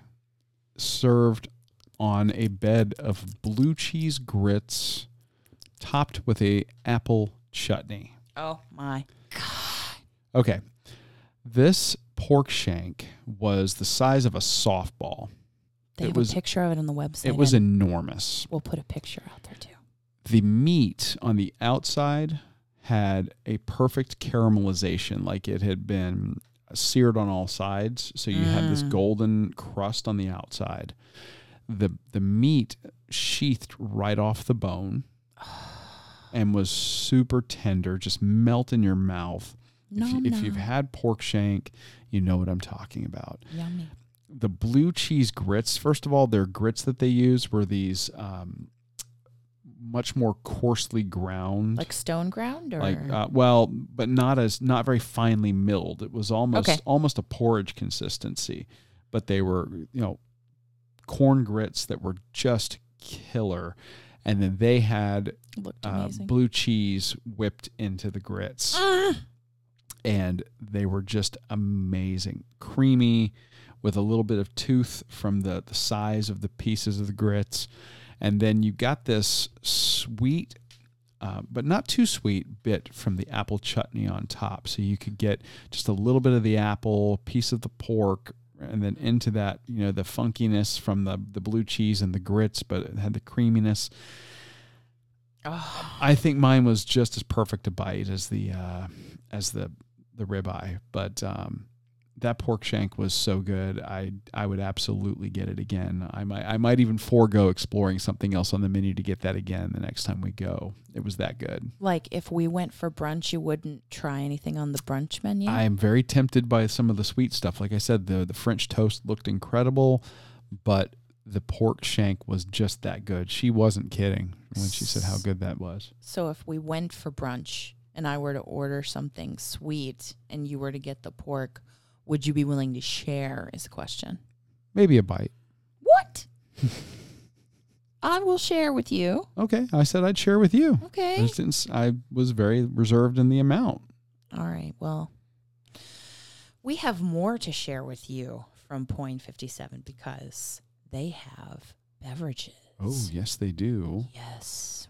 Speaker 2: served on a bed of blue cheese grits topped with a apple chutney.
Speaker 1: Oh my.
Speaker 2: Okay. This pork shank was the size of a softball.
Speaker 1: They
Speaker 2: It
Speaker 1: have
Speaker 2: was-
Speaker 1: a picture of it on the website.
Speaker 2: It was
Speaker 1: and
Speaker 2: enormous.
Speaker 1: we'll put a picture out there too.
Speaker 2: The meat on the outside had a perfect caramelization like it had been seared on all sides, so you had this golden crust on the outside. The the meat sheathed right off the bone and was super tender, just melt in your mouth.
Speaker 1: No,
Speaker 2: if, you, if you've
Speaker 1: no.
Speaker 2: had pork shank, you know what I'm talking about.
Speaker 1: Yummy.
Speaker 2: the blue cheese grits. First of all, their grits that they used were these um, much more coarsely ground,
Speaker 1: Like stone ground or
Speaker 2: like, uh, well, but not as not very finely milled. It was almost
Speaker 1: Okay.
Speaker 2: almost a porridge consistency, but they were you know corn grits that were just killer. And then they had
Speaker 1: looked
Speaker 2: uh,
Speaker 1: amazing.
Speaker 2: blue cheese whipped into the grits
Speaker 1: Mm.
Speaker 2: and they were just amazing. Creamy with a little bit of tooth from the, the size of the pieces of the grits. And then you got this sweet, uh, but not too sweet, bit from the apple chutney on top. So you could get just a little bit of the apple, piece of the pork, and then into that, you know, the funkiness from the, the blue cheese and the grits, but it had the creaminess.
Speaker 1: Oh,
Speaker 2: I think mine was just as perfect a bite as the uh, as the the ribeye, but um, that pork shank was so good. I I would absolutely get it again. I might I might even forego exploring something else on the menu to get that again the next time we go. It was that good.
Speaker 1: like if we went for brunch, you wouldn't try anything on the brunch menu.
Speaker 2: I am very tempted by some of the sweet stuff. Like I said, the the French toast looked incredible, but the pork shank was just that good. She wasn't kidding when she said how good that was.
Speaker 1: so if we went for brunch and I were to order something sweet and you were to get the pork, would you be willing to share? Is the question.
Speaker 2: Maybe a bite.
Speaker 1: What? I will share with you.
Speaker 2: Okay, I said I'd share with you.
Speaker 1: Okay.
Speaker 2: I, just didn't s- I was very reserved in the amount.
Speaker 1: All right. Well, we have more to share with you from Point 57 because Oh, they have beverages.
Speaker 2: yes, they do.
Speaker 1: Yes.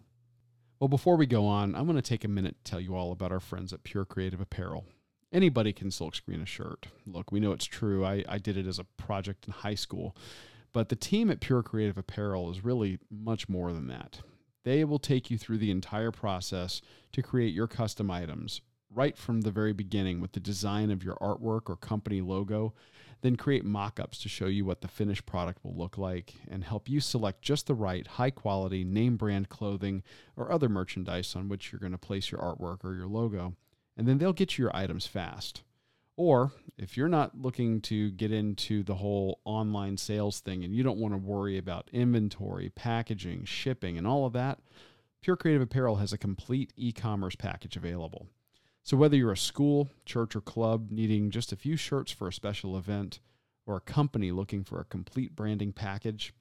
Speaker 2: Well, before we go on, I'm going to take a minute to tell you all about our friends at Pure Creative Apparel. Anybody can silk screen a shirt. Look, we know it's true. I, I did it as a project in high school. But the team at Pure Creative Apparel is really much more than that. They will take you through the entire process to create your custom items right from the very beginning with the design of your artwork or company logo, then create mock ups to show you what the finished product will look like and help you select just the right high quality name brand clothing or other merchandise on which you're going to place your artwork or your logo. And then they'll get you your items fast. Or if you're not looking to get into the whole online sales thing and you don't want to worry about inventory, packaging, shipping, and all of that, Pure Creative Apparel has a complete e commerce package available. So, whether you're a school, church, or club needing just a few shirts for a special event, or a company looking for a complete branding package,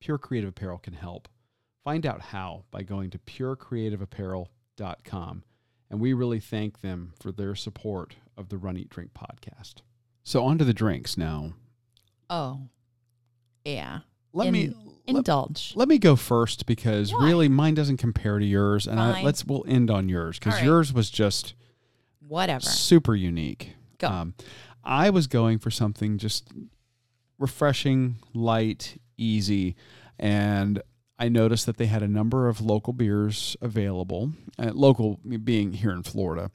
Speaker 2: Pure Creative Apparel can help. Find out how by going to purecreativeapparel.com. And we really thank them for their support of the Run Eat Drink podcast. So, on to the drinks now.
Speaker 1: Oh, yeah.
Speaker 2: Let
Speaker 1: In-
Speaker 2: me let,
Speaker 1: indulge.
Speaker 2: let me go first because
Speaker 1: Why?
Speaker 2: really mine doesn't compare to yours, and I,
Speaker 1: Fine.
Speaker 2: let's we'll end on yours because
Speaker 1: All right.
Speaker 2: yours was just
Speaker 1: Whatever.
Speaker 2: super unique.
Speaker 1: Go.
Speaker 2: Um, I was going for something just refreshing, light, easy, and I noticed that they had a number of local beers available. Uh, local being here in Florida,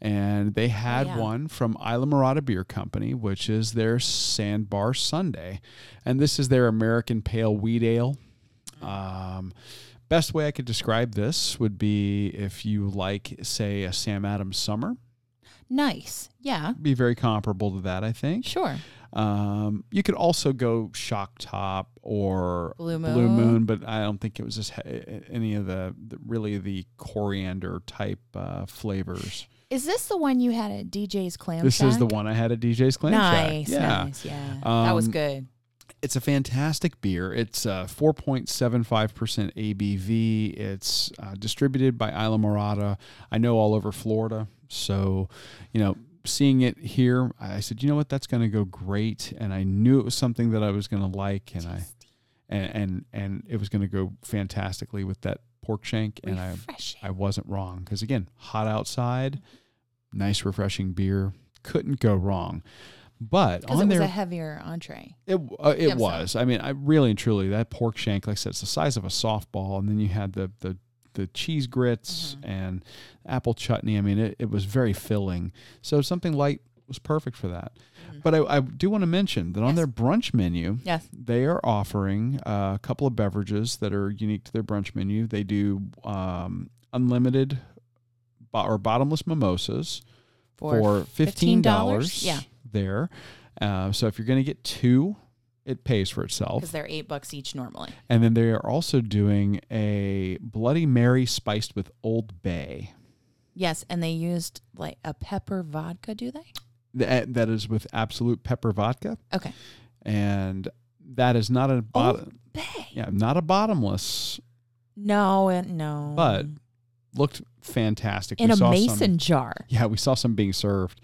Speaker 2: and they had
Speaker 1: Oh, yeah.
Speaker 2: one from Isla Morada Beer Company, which is their Sandbar Sunday, and this is their American Pale Wheat Ale. Um, best way I could describe this would be if you like, say, a Sam Adams Summer
Speaker 1: nice. Yeah.
Speaker 2: be very comparable to that, I think.
Speaker 1: Sure.
Speaker 2: Um, you could also go Shock Top or
Speaker 1: Blue Moon.
Speaker 2: but I don't think it was just he- any of the, the really the coriander type uh, flavors.
Speaker 1: Is this the one you had at DJ's Clam
Speaker 2: This is the
Speaker 1: Shack?
Speaker 2: one I had at DJ's Clam Shack.
Speaker 1: Nice.
Speaker 2: Yeah.
Speaker 1: Nice. Yeah. that was
Speaker 2: Um,
Speaker 1: good.
Speaker 2: It's a fantastic beer. It's uh, 4.75% ABV. It's uh, distributed by Isla Morada. I know all over Florida. So, you know, seeing it here, I said, you know what, that's going to go great. And I knew it was something that I was going to like. And I, and, and, and it was going to go fantastically with that pork shank. And I,
Speaker 1: Refreshing.
Speaker 2: I wasn't wrong because again, hot outside, nice refreshing beer, couldn't go wrong. But
Speaker 1: Because
Speaker 2: on
Speaker 1: it was
Speaker 2: there,
Speaker 1: a heavier entree.
Speaker 2: it uh,
Speaker 1: Yeah,
Speaker 2: it
Speaker 1: so-
Speaker 2: was. I mean, I really and truly that pork shank, like I said, it's the size of a softball, and then you had the the the cheese grits
Speaker 1: Mm-hmm.
Speaker 2: and apple chutney. I mean, it, it was very filling. So something light was perfect for that. But I, I do want to mention that on
Speaker 1: Mm-hmm. Yes.
Speaker 2: their brunch menu,
Speaker 1: Yes.
Speaker 2: they are offering uh, a couple of beverages that are unique to their brunch menu. They do um, unlimited bo- or bottomless mimosas for fifteen dollars.
Speaker 1: Yeah.
Speaker 2: there. Uh, so if you're going to get two, it pays for
Speaker 1: Because
Speaker 2: itself.
Speaker 1: they're eight bucks each normally.
Speaker 2: And then they are also doing a Bloody Mary spiced with Old Bay.
Speaker 1: Yes. And they used like a pepper vodka, do they?
Speaker 2: uh, That, that is with absolute pepper vodka,
Speaker 1: Okay.
Speaker 2: and that is
Speaker 1: Oh,
Speaker 2: not a bot-
Speaker 1: Old Bay.
Speaker 2: yeah, not a bottomless.
Speaker 1: No, uh, no.
Speaker 2: But Looked fantastic
Speaker 1: in
Speaker 2: We
Speaker 1: a
Speaker 2: saw some-
Speaker 1: mason jar.
Speaker 2: yeah, we saw some being served.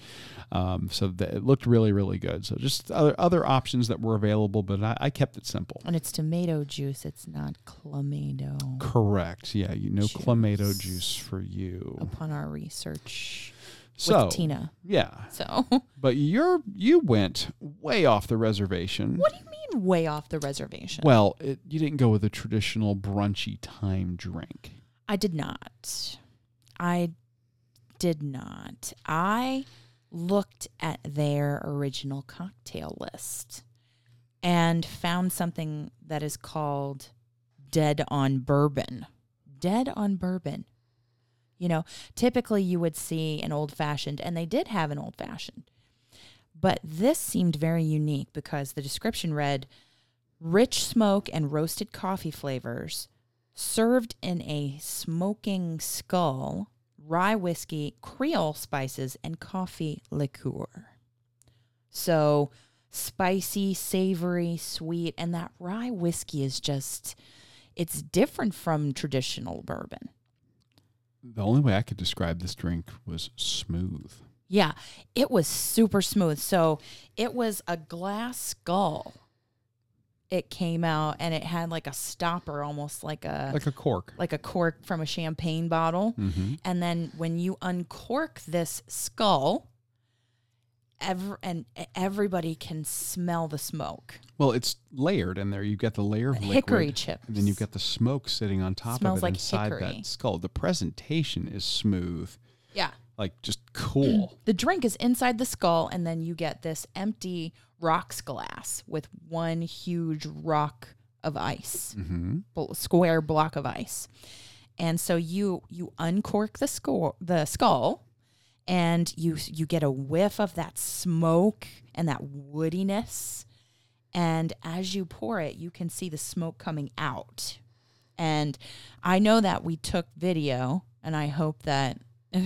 Speaker 2: Um, so that it looked really, really good. So just other other options that were available, but I, I kept it simple.
Speaker 1: And it's tomato juice. It's not clamato.
Speaker 2: Correct. Yeah, you know clamato
Speaker 1: Juice.
Speaker 2: juice for you.
Speaker 1: Upon our research
Speaker 2: So
Speaker 1: with Oh, Tina.
Speaker 2: yeah,
Speaker 1: So,
Speaker 2: but you're you went way off the reservation.
Speaker 1: what do you mean way off the reservation?
Speaker 2: Well, it, you didn't go with a traditional brunchy time drink.
Speaker 1: I did not. I did not. I looked at their original cocktail list and found something that is called Dead on Bourbon. Dead on Bourbon. You know, typically you would see an old fashioned, and they did have an old fashioned. But this seemed very unique because the description read rich smoke and roasted coffee flavors served in a smoking skull, rye whiskey, Creole spices, and coffee liqueur. So spicy, savory, sweet, and that rye whiskey is just, it's different from traditional bourbon.
Speaker 2: The only way I could describe this drink was smooth.
Speaker 1: Yeah, it was super smooth. So it was a glass skull it came out and it had like a stopper, almost like a
Speaker 2: like a cork.
Speaker 1: like a cork from a champagne bottle.
Speaker 2: Mm-hmm.
Speaker 1: And then when you uncork this skull, ev- and e-, everybody can smell the smoke.
Speaker 2: Well, it's layered in there. You've got the layer of liquid,
Speaker 1: Hickory chips.
Speaker 2: and then you've got the smoke sitting on top
Speaker 1: Smells
Speaker 2: of it
Speaker 1: like
Speaker 2: inside
Speaker 1: hickory.
Speaker 2: that skull. The presentation is smooth,
Speaker 1: Yeah.
Speaker 2: like just cool.
Speaker 1: The drink is inside the skull, and then you get this empty rocks glass with one huge rock of ice, bl- square block of ice. And so you you uncork the skull, the skull, and you you get a whiff of that smoke and that woodiness. And as you pour it, you can see the smoke coming out. And I know that we took video, and I hope that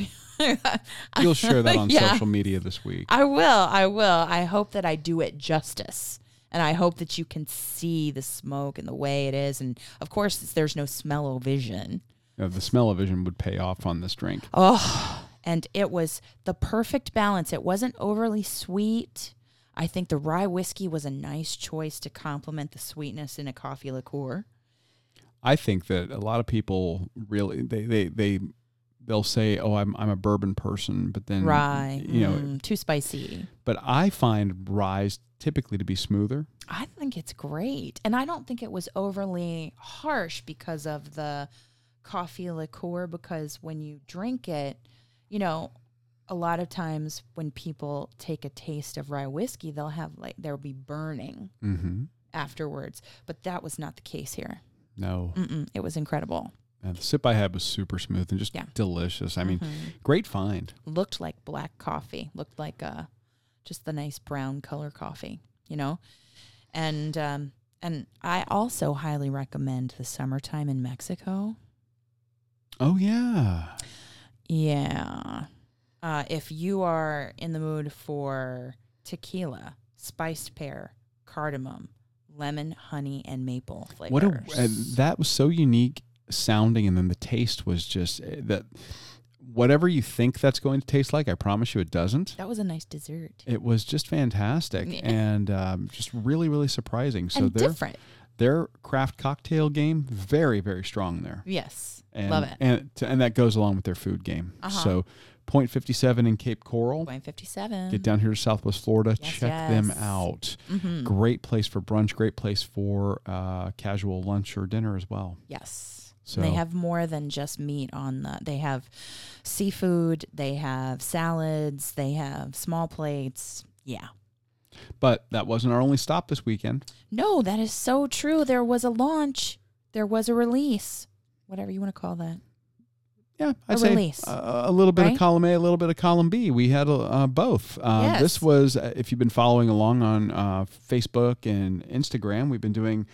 Speaker 2: You'll share that on
Speaker 1: Yeah.
Speaker 2: social media this week.
Speaker 1: I will. I will. I hope that I do it justice. And I hope that you can see the smoke and the way it is. And of course, it's- there's no smell o vision.
Speaker 2: Uh, the smell-o-vision would pay off on this drink.
Speaker 1: Oh, and it was the perfect balance. It wasn't overly sweet. I think the rye whiskey was a nice choice to complement the sweetness in a coffee liqueur.
Speaker 2: I think that a lot of people really they they they they'll say, "Oh, I'm I'm a bourbon person," but then
Speaker 1: Rye,
Speaker 2: you know.
Speaker 1: mm, too spicy.
Speaker 2: But I find rye typically to be smoother.
Speaker 1: I think it's great. And I don't think it was overly harsh because of the coffee liqueur, because when you drink it, you know, a lot of times when people take a taste of rye whiskey, they'll have like, there'll be burning
Speaker 2: Mm-hmm.
Speaker 1: afterwards. But that was not the case here.
Speaker 2: No,
Speaker 1: Mm-mm, it was incredible.
Speaker 2: Uh, the sip I had was super smooth and just
Speaker 1: Yeah. Mm-hmm.
Speaker 2: delicious. I mean, great find.
Speaker 1: Looked like black coffee, looked like uh, just the nice brown color coffee, you know? And, um, and I also highly recommend the summertime in Mexico.
Speaker 2: Oh yeah,
Speaker 1: Yeah. Uh, if you are in the mood for tequila, spiced pear, cardamom, lemon, honey, and maple flavors.
Speaker 2: what a uh, that was so unique sounding, and then the taste was just uh, that. Whatever you think that's going to taste like, I promise you it doesn't.
Speaker 1: that was a nice dessert.
Speaker 2: It was just fantastic
Speaker 1: Yeah.
Speaker 2: and um, just really, really surprising. So
Speaker 1: and
Speaker 2: their
Speaker 1: different.
Speaker 2: their craft cocktail game very, very strong there.
Speaker 1: Yes.
Speaker 2: And,
Speaker 1: Love it.
Speaker 2: And to, and that goes along with their food game.
Speaker 1: Uh-huh.
Speaker 2: So, Point Fifty Seven in Cape Coral.
Speaker 1: Wine 57.
Speaker 2: Get down here to Southwest Florida.
Speaker 1: Yes,
Speaker 2: check them
Speaker 1: yes.
Speaker 2: out.
Speaker 1: Mhm.
Speaker 2: Great place for brunch. Great place for uh, casual lunch or dinner as well.
Speaker 1: Yes.
Speaker 2: So
Speaker 1: And they have more than just meat on the. They have seafood, they have salads, they have small plates. Yeah.
Speaker 2: But that wasn't our only stop this weekend.
Speaker 1: No, that is so true. There was a launch, there was a release, whatever you want to call that.
Speaker 2: Yeah,
Speaker 1: A
Speaker 2: I'd say uh,
Speaker 1: release,
Speaker 2: A, a little bit
Speaker 1: right?
Speaker 2: of column A, a little bit of column B. We had uh, both. Uh,
Speaker 1: Yes.
Speaker 2: This was, uh, if you've been following along on uh, Facebook and Instagram, we've been doing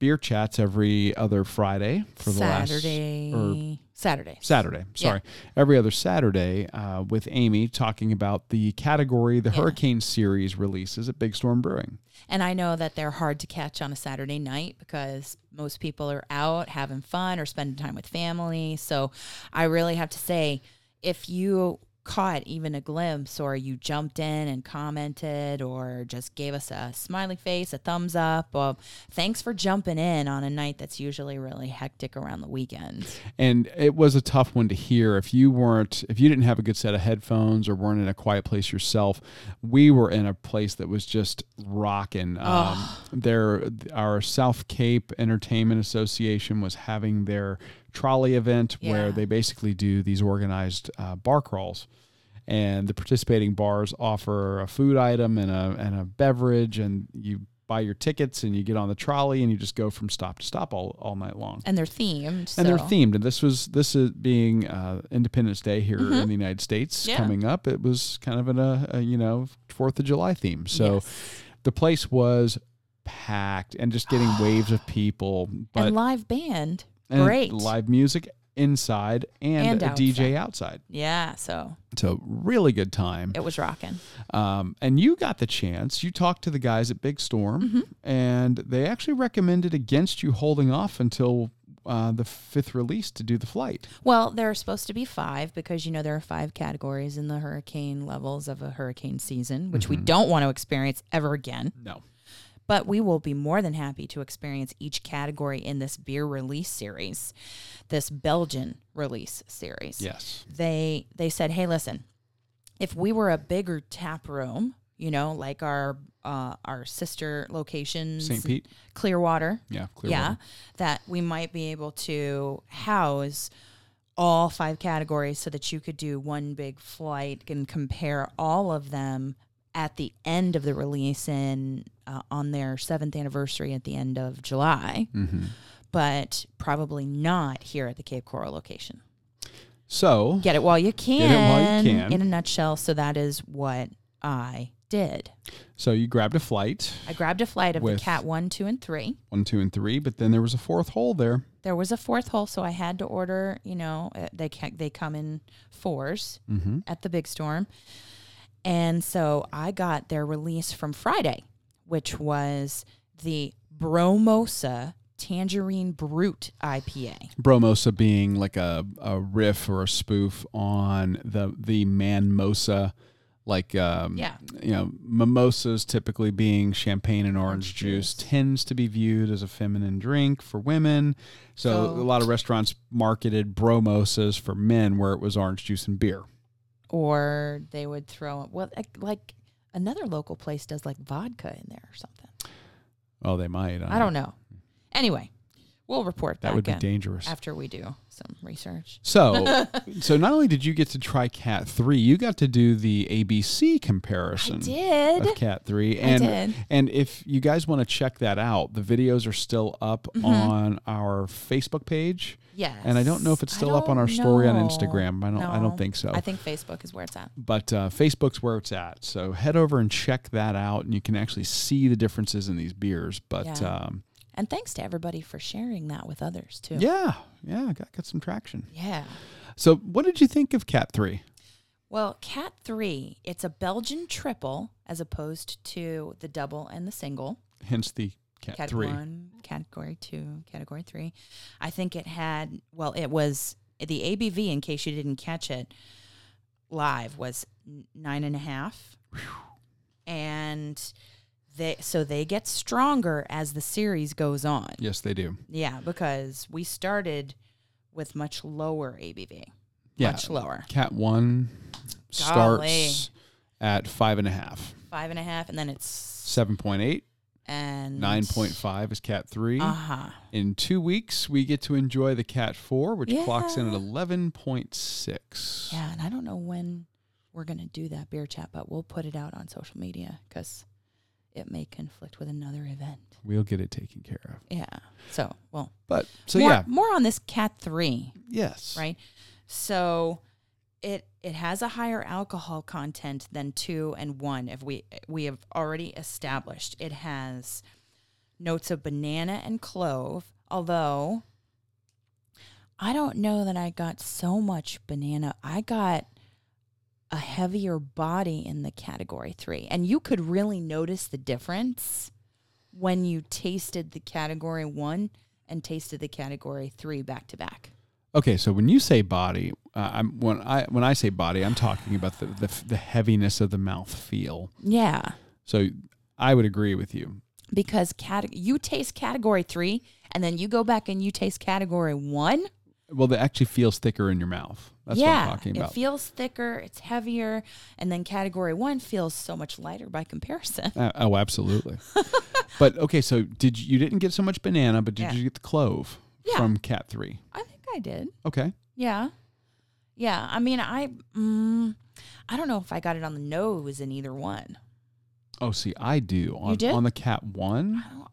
Speaker 2: beer chats every other Friday for the
Speaker 1: Saturday.
Speaker 2: last or
Speaker 1: Saturday.
Speaker 2: Saturday, sorry, every other Saturday uh, with Amy talking about the category, the
Speaker 1: Yeah.
Speaker 2: Hurricane Series releases at Big Storm Brewing.
Speaker 1: And I know that they're hard to catch on a Saturday night because most people are out having fun or spending time with family. So I really have to say, if you caught even a glimpse or you jumped in and commented or just gave us a smiley face, a thumbs up, well, thanks for jumping in on a night that's usually really hectic around the weekend.
Speaker 2: And it was a tough one to hear. If you weren't, if you didn't have a good set of headphones or weren't in a quiet place yourself, we were in a place that was just rocking. Um, their our South Cape Entertainment Association was having their trolley event
Speaker 1: Yeah.
Speaker 2: where they basically do these organized uh, bar crawls. and the participating bars offer a food item and a and a beverage and you buy your tickets and you get on the trolley and you just go from stop to stop all, all night long
Speaker 1: And they're themed.
Speaker 2: and they're
Speaker 1: so-
Speaker 2: themed and this was this is being uh, independence day here in the united states
Speaker 1: Mm-hmm. Yeah.
Speaker 2: coming up it was kind of an uh, a, you know fourth of july theme so
Speaker 1: Yes.
Speaker 2: the place was packed and just getting waves of people but
Speaker 1: and live band.
Speaker 2: and
Speaker 1: Great.
Speaker 2: live music inside
Speaker 1: And
Speaker 2: and, a dj outside
Speaker 1: yeah. So
Speaker 2: so really good time
Speaker 1: it was rocking.
Speaker 2: um, and you got the chance. You talked to the guys at Big Storm,
Speaker 1: Mm-hmm.
Speaker 2: and they actually recommended against you holding off until uh, the fifth release to do the flight.
Speaker 1: Well, there are supposed to be five because you know there are five categories in the hurricane levels of a hurricane season, which we don't want to experience ever again.
Speaker 2: No.
Speaker 1: but we will be more than happy to experience each category in this beer release series, this Belgian release series.
Speaker 2: Yes.
Speaker 1: They they said, "Hey, listen, if we were a bigger tap room, you know, like our uh, our sister locations,
Speaker 2: St. Pete.
Speaker 1: Clearwater,
Speaker 2: Yeah. Clear
Speaker 1: yeah, that we might be able to house all five categories so that you could do one big flight and compare all of them at the end of the release in uh, on their seventh anniversary at the end of July,
Speaker 2: Mm-hmm.
Speaker 1: but probably not here at the Cape Coral location.
Speaker 2: So
Speaker 1: Get it while you
Speaker 2: it
Speaker 1: can.
Speaker 2: while you can.
Speaker 1: In a nutshell, so that is what I did.
Speaker 2: so you grabbed a flight
Speaker 1: I grabbed a flight of
Speaker 2: With-
Speaker 1: the Cat one, two, and three.
Speaker 2: one, two, and three, but then there was a fourth hole there.
Speaker 1: there was a fourth hole, so I had to order. You know, uh, they ca- they come in 4s
Speaker 2: Mm-hmm.
Speaker 1: at the Big Storm, and so I got their release from Friday, which was the Bromosa Tangerine Brute IPA.
Speaker 2: Bromosa being like a, a riff or a spoof on the the manmosa, like um,
Speaker 1: Yeah.
Speaker 2: you know, mimosas typically being champagne and orange juice tends to be viewed as a feminine drink for women. So,
Speaker 1: So-
Speaker 2: a lot of restaurants marketed bromosas for men, where it was orange juice and beer.
Speaker 1: Or they would throw well, like, like another local place does like vodka in there or something.
Speaker 2: Oh, they might.
Speaker 1: I don't know. Anyway, we'll report
Speaker 2: That
Speaker 1: back
Speaker 2: would be
Speaker 1: in
Speaker 2: dangerous.
Speaker 1: after we do some research.
Speaker 2: So, so not only did you get to try Cat Three, you got to do the ABC
Speaker 1: I
Speaker 2: comparison.
Speaker 1: did.
Speaker 2: of Cat Three. And
Speaker 1: did.
Speaker 2: and if you guys want to check that out, the videos are still up
Speaker 1: Mm-hmm.
Speaker 2: on our Facebook page.
Speaker 1: Yes.
Speaker 2: And I don't know if it's
Speaker 1: I
Speaker 2: still up on our
Speaker 1: don't
Speaker 2: story on
Speaker 1: know.
Speaker 2: Instagram. I don't- I don't think so.
Speaker 1: I think Facebook is where it's at.
Speaker 2: But uh, Facebook's where it's at. So head over and check that out, and you can actually see the differences in these beers. But
Speaker 1: Yeah.
Speaker 2: yeah, um,
Speaker 1: And thanks to everybody for sharing that with others too.
Speaker 2: yeah, yeah, got, got some traction.
Speaker 1: Yeah.
Speaker 2: So what did you think of Cat Three?
Speaker 1: Well, Cat 3, it's a Belgian triple as opposed to the double and the single.
Speaker 2: Hence the Cat,
Speaker 1: Cat
Speaker 2: Three.
Speaker 1: 1, category 2, category 3. I think it had, well, it was the ABV, in case you didn't catch it, live was n- nine and a half. And they, so they get stronger as the series goes on.
Speaker 2: Yes, they do.
Speaker 1: Yeah, because we started with much lower ABV.
Speaker 2: Yeah.
Speaker 1: Much lower.
Speaker 2: Cat One
Speaker 1: Golly.
Speaker 2: starts at five and a half.
Speaker 1: Five and a half, and then it's
Speaker 2: Seven point eight.
Speaker 1: and
Speaker 2: 9.5 is cat 3
Speaker 1: Uh huh.
Speaker 2: in two weeks we get to enjoy the cat 4 which clocks in at
Speaker 1: Yeah.
Speaker 2: 11.6
Speaker 1: Yeah, and I don't know when we're gonna do that beer chat, but we'll put it out on social media because it may conflict with another event.
Speaker 2: we'll get it taken care of
Speaker 1: Yeah. So well,
Speaker 2: but so
Speaker 1: more,
Speaker 2: yeah
Speaker 1: more on this cat three.
Speaker 2: yes
Speaker 1: right? So it it has a higher alcohol content than two and one. If we we have already established, it has notes of banana and clove. Although I don't know that I got so much banana. I got a heavier body in the category three, and you could really notice the difference when you tasted the category one and tasted the category three back to back.
Speaker 2: okay so when you say body uh, I'm, when i when i say body i'm talking about the, the the heaviness of the mouth feel
Speaker 1: Yeah,
Speaker 2: so i would agree with you
Speaker 1: because cate- you taste category three, and then you go back and you taste category one.
Speaker 2: well that actually feels thicker in your mouth that's
Speaker 1: yeah,
Speaker 2: what i'm talking
Speaker 1: it
Speaker 2: about
Speaker 1: feels thicker, it's heavier, and then category one feels so much lighter by comparison.
Speaker 2: Uh, oh absolutely but okay so did you, you didn't get so much banana but did
Speaker 1: Yeah.
Speaker 2: you get the clove
Speaker 1: Yeah.
Speaker 2: from cat 3
Speaker 1: I think I did.
Speaker 2: okay
Speaker 1: Yeah, yeah. I mean, I, mm, I don't know if I got it on the nose in either one.
Speaker 2: Oh, see, I do on
Speaker 1: did?
Speaker 2: on the cat one.
Speaker 1: I don't-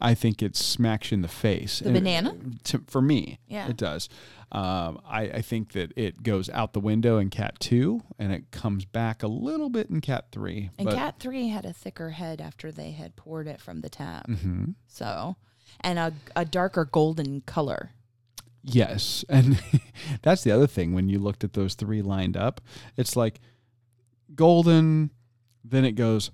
Speaker 2: I think it smacks you in the face.
Speaker 1: The
Speaker 2: And it-
Speaker 1: banana?
Speaker 2: to, for me,
Speaker 1: Yeah.
Speaker 2: it does. Um, I, I think that it goes out the window in cat two, and it comes back a little bit in cat three.
Speaker 1: And
Speaker 2: but-
Speaker 1: cat three had a thicker head after they had poured it from the tap,
Speaker 2: Mhm.
Speaker 1: so and a a darker golden color.
Speaker 2: Yes, and that's the other thing. When you looked at those three lined up, it's like golden. Then it goes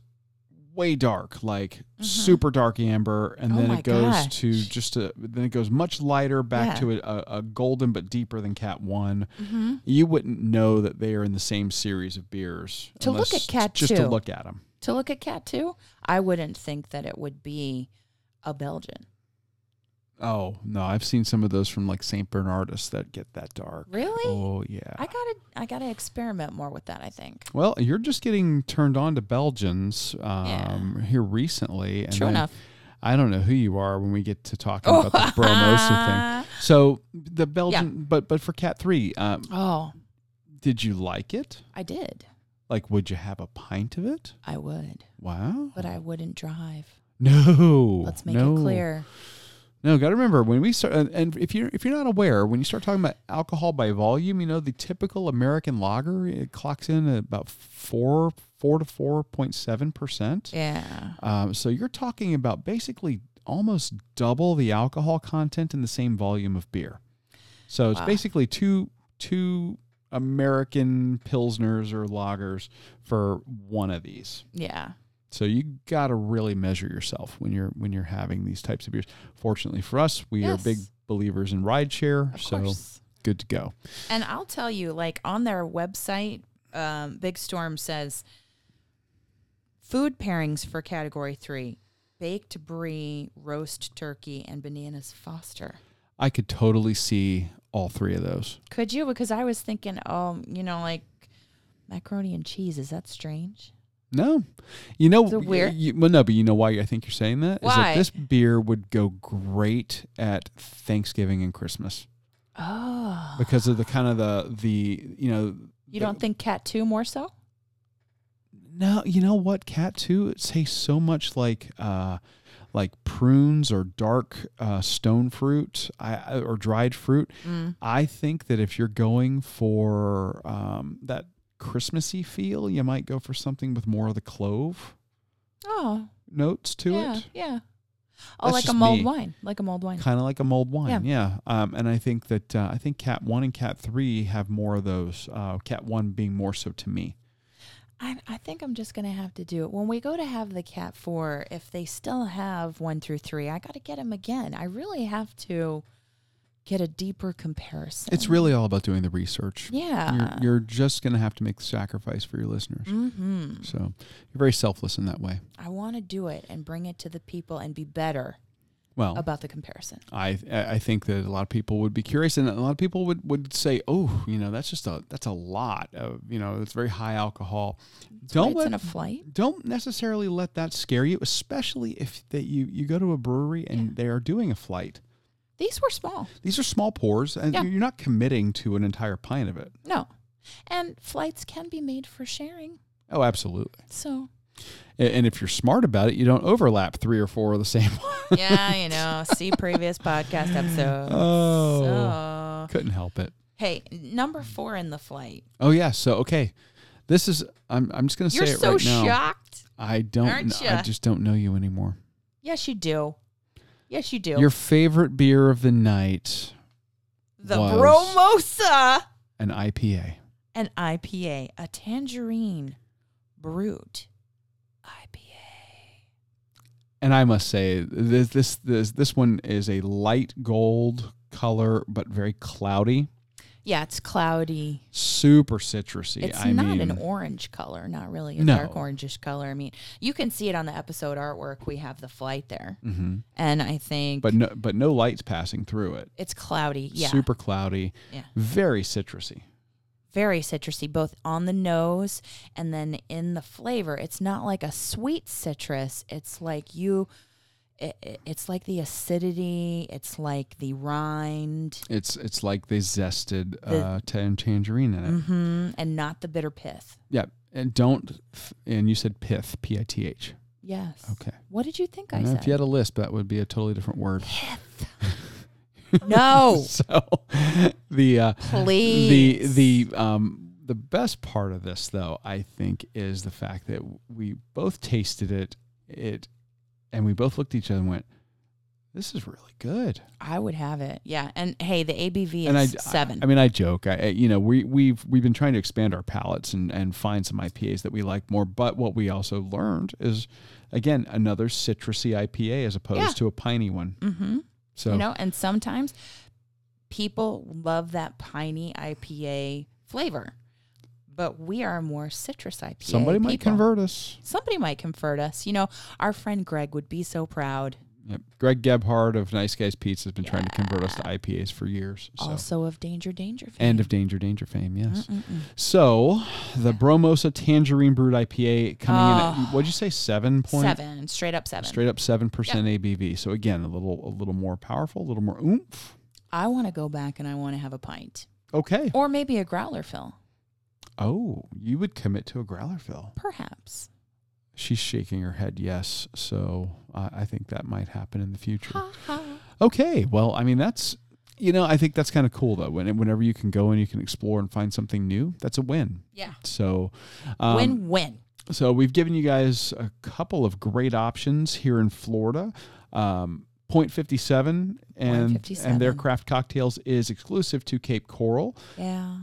Speaker 2: way dark, like super dark amber, and
Speaker 1: Mm-hmm. Oh
Speaker 2: then
Speaker 1: my
Speaker 2: it goes
Speaker 1: gosh.
Speaker 2: to just a. Then it goes much lighter back to a, a, a golden, but deeper than Cat One.
Speaker 1: Mm-hmm.
Speaker 2: You wouldn't know that they are in the same series of beers
Speaker 1: To look
Speaker 2: unless-
Speaker 1: at Cat
Speaker 2: just to
Speaker 1: Two.
Speaker 2: look at them.
Speaker 1: to look at cat two, I wouldn't think that it would be a Belgian.
Speaker 2: Oh no, I've seen some of those from like Saint Bernardus that get that dark.
Speaker 1: Really?
Speaker 2: Oh yeah.
Speaker 1: I gotta I gotta experiment more with that. I think.
Speaker 2: well, you're just getting turned on to Belgians um, here recently. And
Speaker 1: True
Speaker 2: then
Speaker 1: enough. Oh.
Speaker 2: I don't know who you are when we get to talking about the bromosa thing. So the Belgian, but but for Cat Three, um,
Speaker 1: Oh,
Speaker 2: did you like it?
Speaker 1: I did.
Speaker 2: Like, would you have a pint of it?
Speaker 1: I would,
Speaker 2: Wow.
Speaker 1: but I wouldn't drive.
Speaker 2: no.
Speaker 1: Let's make
Speaker 2: no.
Speaker 1: it clear.
Speaker 2: No, got to remember when we start, and, and if you are if you're not aware, when you start talking about alcohol by volume, you know the typical American lager it clocks in at about four four to four point seven percent.
Speaker 1: Yeah.
Speaker 2: Um, so you're talking about basically almost double the alcohol content in the same volume of beer. So it's
Speaker 1: Wow.
Speaker 2: basically two two American pilsners or lagers for one of these.
Speaker 1: Yeah.
Speaker 2: So you got to really measure yourself when you're when you're having these types of beers. Fortunately for us, we are big
Speaker 1: Yes.
Speaker 2: believers in rideshare,
Speaker 1: Of
Speaker 2: so
Speaker 1: course.
Speaker 2: good to go.
Speaker 1: And I'll tell you, like on their website, um, Big Storm says food pairings for category three baked brie, roast turkey, and bananas foster.
Speaker 2: I could totally see all three of those.
Speaker 1: Could you? Because I was thinking, oh, you know, like macaroni and cheese. Is that strange?
Speaker 2: No, you know,
Speaker 1: Is it weird?
Speaker 2: you- well, no, but you know why I think you're saying that is
Speaker 1: Why?
Speaker 2: that this beer would go great at Thanksgiving and Christmas
Speaker 1: Oh.
Speaker 2: because of the kind of the the you know
Speaker 1: You don't think cat two more so?
Speaker 2: No, you know what? Cat two it tastes so much like uh like prunes or dark uh, stone fruit I, I- or dried fruit.
Speaker 1: Mm.
Speaker 2: I think that if you're going for um, that Christmassy feel, you might go for something with more of the clove
Speaker 1: Oh,
Speaker 2: notes to
Speaker 1: yeah,
Speaker 2: it,
Speaker 1: yeah. Oh,
Speaker 2: That's
Speaker 1: like a
Speaker 2: just
Speaker 1: mulled
Speaker 2: me.
Speaker 1: wine, like a mulled wine.
Speaker 2: kind of like a mulled wine.
Speaker 1: Yeah.
Speaker 2: Yeah. Um, and I think that uh, I think Cat one and Cat three have more of those. Uh, Cat one being more so to me.
Speaker 1: I, I think I'm just gonna have to do it when we go to have the cat four. If they still have one through three, I got to get them again. I really have to get a deeper comparison.
Speaker 2: It's really all about doing the research.
Speaker 1: yeah.
Speaker 2: You're, you're just going to have to make the sacrifice for your listeners.
Speaker 1: mm-hmm.
Speaker 2: So you're very selfless in that way.
Speaker 1: I want to do it and bring it to the people and be better
Speaker 2: Well,
Speaker 1: about the comparison.
Speaker 2: I I think that a lot of people would be curious, and a lot of people would, would say, "Oh, you know, that's just a that's a lot of you know, it's very high alcohol."
Speaker 1: When
Speaker 2: don't
Speaker 1: it's
Speaker 2: let,
Speaker 1: in a flight.
Speaker 2: don't necessarily let that scare you, especially if that you you go to a brewery and they are doing a flight.
Speaker 1: These were small.
Speaker 2: These are small pours, and
Speaker 1: Yeah.
Speaker 2: you're not committing to an entire pint of it.
Speaker 1: No, and flights can be made for sharing.
Speaker 2: Oh, absolutely.
Speaker 1: So
Speaker 2: A- And if you're smart about it, you don't overlap three or four of the same one.
Speaker 1: yeah, you know, see previous podcast episodes.
Speaker 2: Oh. Couldn't help it.
Speaker 1: Hey, number four in the flight.
Speaker 2: Oh yeah. So okay, this is I'm I'm just gonna
Speaker 1: You're
Speaker 2: say it
Speaker 1: so
Speaker 2: right now.
Speaker 1: shocked.
Speaker 2: I don't.
Speaker 1: aren't
Speaker 2: kn- I
Speaker 1: ya?
Speaker 2: just don't know you anymore.
Speaker 1: Yes, you do. Yes, you do.
Speaker 2: Your favorite beer of the night,
Speaker 1: the
Speaker 2: was-
Speaker 1: Bromosa,
Speaker 2: an IPA.
Speaker 1: an IPA, a tangerine brute IPA.
Speaker 2: And I must say, this this this this one is a light gold color, but very cloudy,
Speaker 1: Yeah, it's cloudy.
Speaker 2: super citrusy.
Speaker 1: It's
Speaker 2: I
Speaker 1: not
Speaker 2: mean,
Speaker 1: an orange color, not really a
Speaker 2: No.
Speaker 1: dark orangish color. I mean, you can see it on the episode artwork. We have the flight there,
Speaker 2: Mhm.
Speaker 1: and I think
Speaker 2: but no but no lights passing through it.
Speaker 1: it's cloudy. Yeah,
Speaker 2: Super cloudy,
Speaker 1: Yeah.
Speaker 2: very citrusy.
Speaker 1: very citrusy, both on the nose and then in the flavor. It's not like a sweet citrus. It's like you, it, it- it's like the acidity. It's like the rind,
Speaker 2: It's it's like they zested
Speaker 1: The-
Speaker 2: uh, tan- tangerine in it.
Speaker 1: hmm and not the bitter pith.
Speaker 2: Yeah, and don't. And you said pith, p i t h.
Speaker 1: Yes.
Speaker 2: Okay.
Speaker 1: What did you think
Speaker 2: I
Speaker 1: I
Speaker 2: don't know
Speaker 1: said?
Speaker 2: if you had a list, that would be a totally different word.
Speaker 1: Pith. no,
Speaker 2: So the uh, the
Speaker 1: please.
Speaker 2: the um the best part of this though, I think, is the fact that we both tasted it, it, and we both looked at each other and went, "This is really good."
Speaker 1: I would have it. Yeah, and hey, the ABV is
Speaker 2: and I
Speaker 1: seven.
Speaker 2: I, I mean, I joke. I, I- you know, we we've we've been trying to expand our palates and and find some IPAs that we like more. But what we also learned is, again, another citrusy IPA as opposed
Speaker 1: Yeah.
Speaker 2: to a piney one.
Speaker 1: mm-hmm.
Speaker 2: So
Speaker 1: You know, and sometimes people love that piney IPA flavor. but we are more citrus IPA.
Speaker 2: Somebody might
Speaker 1: people.
Speaker 2: convert us.
Speaker 1: Somebody might convert us. You know, our friend Greg would be so proud.
Speaker 2: Yep. Greg Gebhard of Nice Guys Pizza has been trying to convert us to IPAs for years. So.
Speaker 1: Also of Danger Danger. fame.
Speaker 2: And of Danger Danger fame, yes. So the Bromosa Tangerine Brewed IPA coming in at, what'd you say, seven point?
Speaker 1: seven, straight up seven.
Speaker 2: Straight up seven percent ABV. So again, a little a little more powerful, a little more oomph.
Speaker 1: I want to go back and I want to have a pint
Speaker 2: Okay.
Speaker 1: or maybe a growler fill,
Speaker 2: Oh, you would commit to a growler fill.
Speaker 1: perhaps.
Speaker 2: She's shaking her head yes. So I I think that might happen in the future.
Speaker 1: Ha ha.
Speaker 2: Okay. Well, I mean, that's, you know, I think that's kind of cool though. When, whenever you can go and you can explore and find something new, that's a win.
Speaker 1: Yeah.
Speaker 2: So, um,
Speaker 1: win win.
Speaker 2: so we've given you guys a couple of great options here in Florida. Um, 0.57 and, and their
Speaker 1: 0.57.
Speaker 2: craft cocktails is exclusive to Cape Coral.
Speaker 1: Yeah.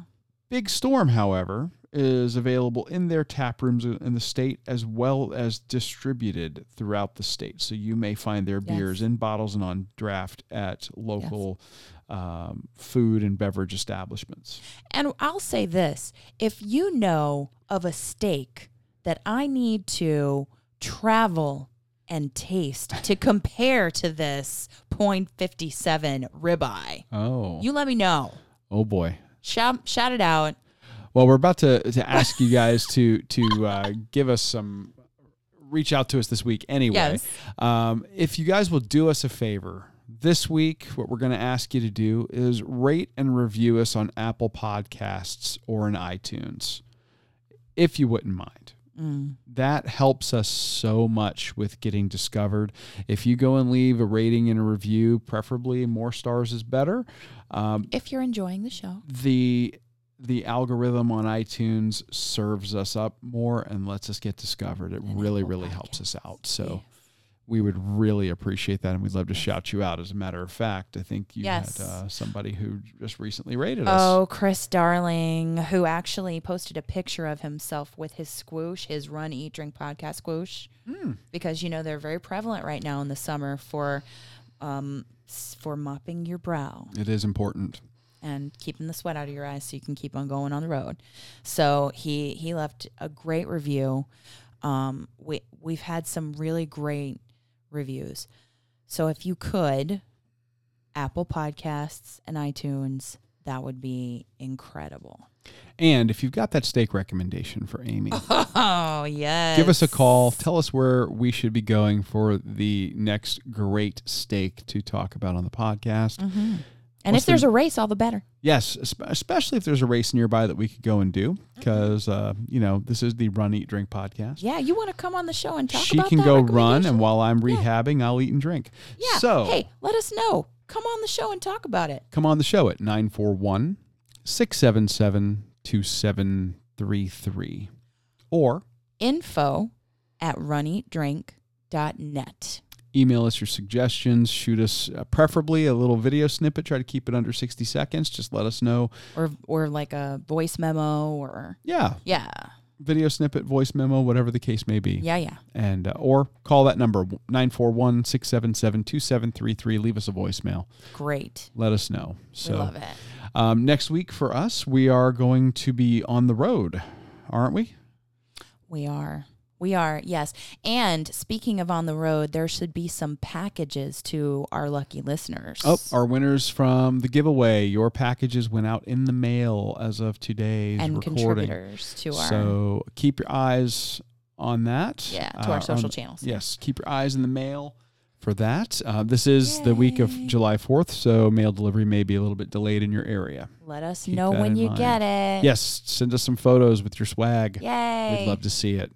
Speaker 2: Big Storm, however, is available in their tap rooms in the state as well as distributed throughout the state. So you may find their
Speaker 1: Yes.
Speaker 2: beers in bottles and on draft at local um, food and beverage establishments.
Speaker 1: And I'll say this if you know of a steak that I need to travel and taste to compare to this 0.57 ribeye,
Speaker 2: Oh,
Speaker 1: you let me know.
Speaker 2: oh boy.
Speaker 1: Shout, shout it out.
Speaker 2: Well, we're about to, to ask you guys to to uh, give us some reach out to us this week anyway.
Speaker 1: Yes.
Speaker 2: Um, if you guys will do us a favor this week, what we're going to ask you to do is rate and review us on Apple Podcasts or in iTunes, if you wouldn't mind. That helps us so much with getting discovered. If you go and leave a rating and a review, preferably more stars is better. Um,
Speaker 1: If you're enjoying the show,
Speaker 2: the the algorithm on iTunes serves us up more and lets us get discovered. It really,
Speaker 1: Apple
Speaker 2: really helps us
Speaker 1: Podcasts.
Speaker 2: out. So we would really appreciate that, and we'd love to shout you out. As a matter of fact, I think you
Speaker 1: Yes.
Speaker 2: had uh, somebody who just recently rated us.
Speaker 1: Oh, Chris Darling, who actually posted a picture of himself with his squoosh, his run, eat, drink podcast squoosh, because you know they're very prevalent right now in the summer for, um, s- for mopping your brow
Speaker 2: It is important.
Speaker 1: and keeping the sweat out of your eyes so you can keep on going on the road. So he he left a great review. Um, we we've had some really great reviews. So if you could, Apple Podcasts and iTunes, that would be incredible.
Speaker 2: And if you've got that steak recommendation for Amy,
Speaker 1: Oh yes,
Speaker 2: give us a call. Tell us where we should be going for the next great steak to talk about on the podcast.
Speaker 1: Mm-hmm. And
Speaker 2: What's
Speaker 1: if there's a race, all the better.
Speaker 2: Yes, espe- especially if there's a race nearby that we could go and do, because uh, you know this is the Run Eat Drink podcast.
Speaker 1: Yeah, you want to come on the show and talk
Speaker 2: she
Speaker 1: about
Speaker 2: can
Speaker 1: that
Speaker 2: go run, and
Speaker 1: recommendation?
Speaker 2: while I'm rehabbing, I'll eat and drink.
Speaker 1: yeah.
Speaker 2: So
Speaker 1: hey, let us know. Come on the show and talk about it.
Speaker 2: come on the show at 941-677-2733. or
Speaker 1: info at runneatdrink.net.
Speaker 2: email us your suggestions. Shoot us uh, preferably a little video snippet. Try to keep it under sixty seconds. Just let us know.
Speaker 1: Or or like a voice memo or
Speaker 2: Yeah,
Speaker 1: yeah.
Speaker 2: video snippet, voice memo, whatever the case may be.
Speaker 1: Yeah, yeah.
Speaker 2: and uh, or call that number 941-677-2733 leave us a voicemail
Speaker 1: Great.
Speaker 2: let us know so
Speaker 1: we love it.
Speaker 2: Um, next week for us we are going to be on the road aren't we
Speaker 1: We are. We are, yes. And speaking of on the road, there should be some packages to our lucky listeners.
Speaker 2: oh our winners from the giveaway your packages went out in the mail as of today's
Speaker 1: and
Speaker 2: recording
Speaker 1: contributors to our
Speaker 2: so keep your eyes on that uh,
Speaker 1: Yeah, to our social channels.
Speaker 2: um, yes keep your eyes in the mail for that uh, this is the week of july 4th so mail delivery may be a little bit delayed in your area
Speaker 1: Let us
Speaker 2: keep
Speaker 1: know
Speaker 2: that
Speaker 1: when
Speaker 2: in
Speaker 1: you
Speaker 2: mind.
Speaker 1: get it.
Speaker 2: Yes, send us some photos with your swag.
Speaker 1: Yay.
Speaker 2: We'd love to see it.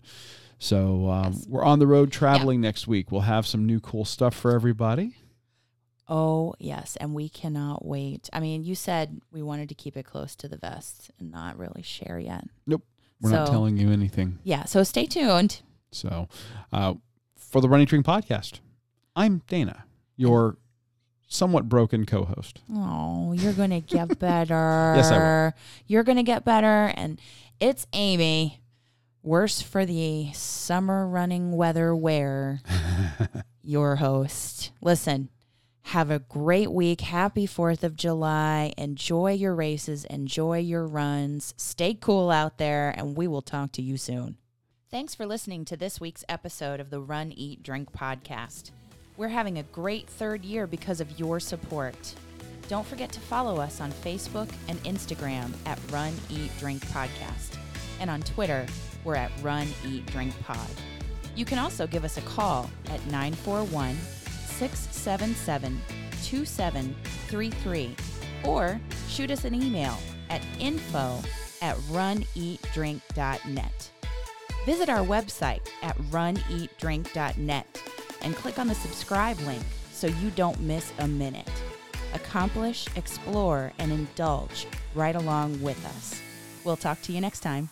Speaker 2: So um, we're on the road traveling next week. We'll have some new cool stuff for everybody.
Speaker 1: Oh, yes. And we cannot wait. I mean, you said we wanted to keep it close to the vest and not really share yet.
Speaker 2: Nope, we're not
Speaker 1: So-
Speaker 2: telling you anything.
Speaker 1: Yeah. So stay tuned.
Speaker 2: So uh, for the Running Dream podcast, I'm Dana, your somewhat broken co-host.
Speaker 1: Oh, you're gonna get better.
Speaker 2: Yes, I
Speaker 1: You're gonna get better, and it's Amy. Worse for the summer running weather wear. your host. Listen, Have a great week. Happy 4th of July. Enjoy your races. Enjoy your runs. Stay cool out there, and we will talk to you soon. Thanks for listening to this week's episode of the Run, Eat, Drink podcast. We're having a great third year because of your support. Don't forget to follow us on Facebook and Instagram at Run, Eat, Drink Podcast. And on Twitter, we're at Run, Eat, Drink Pod. You can also give us a call at 941 677 2733 or shoot us an email at info at runeatdrink.net. Visit our website at runeatdrink.net and click on the subscribe link so you don't miss a minute. Accomplish, explore, and indulge right along with us. We'll talk to you next time.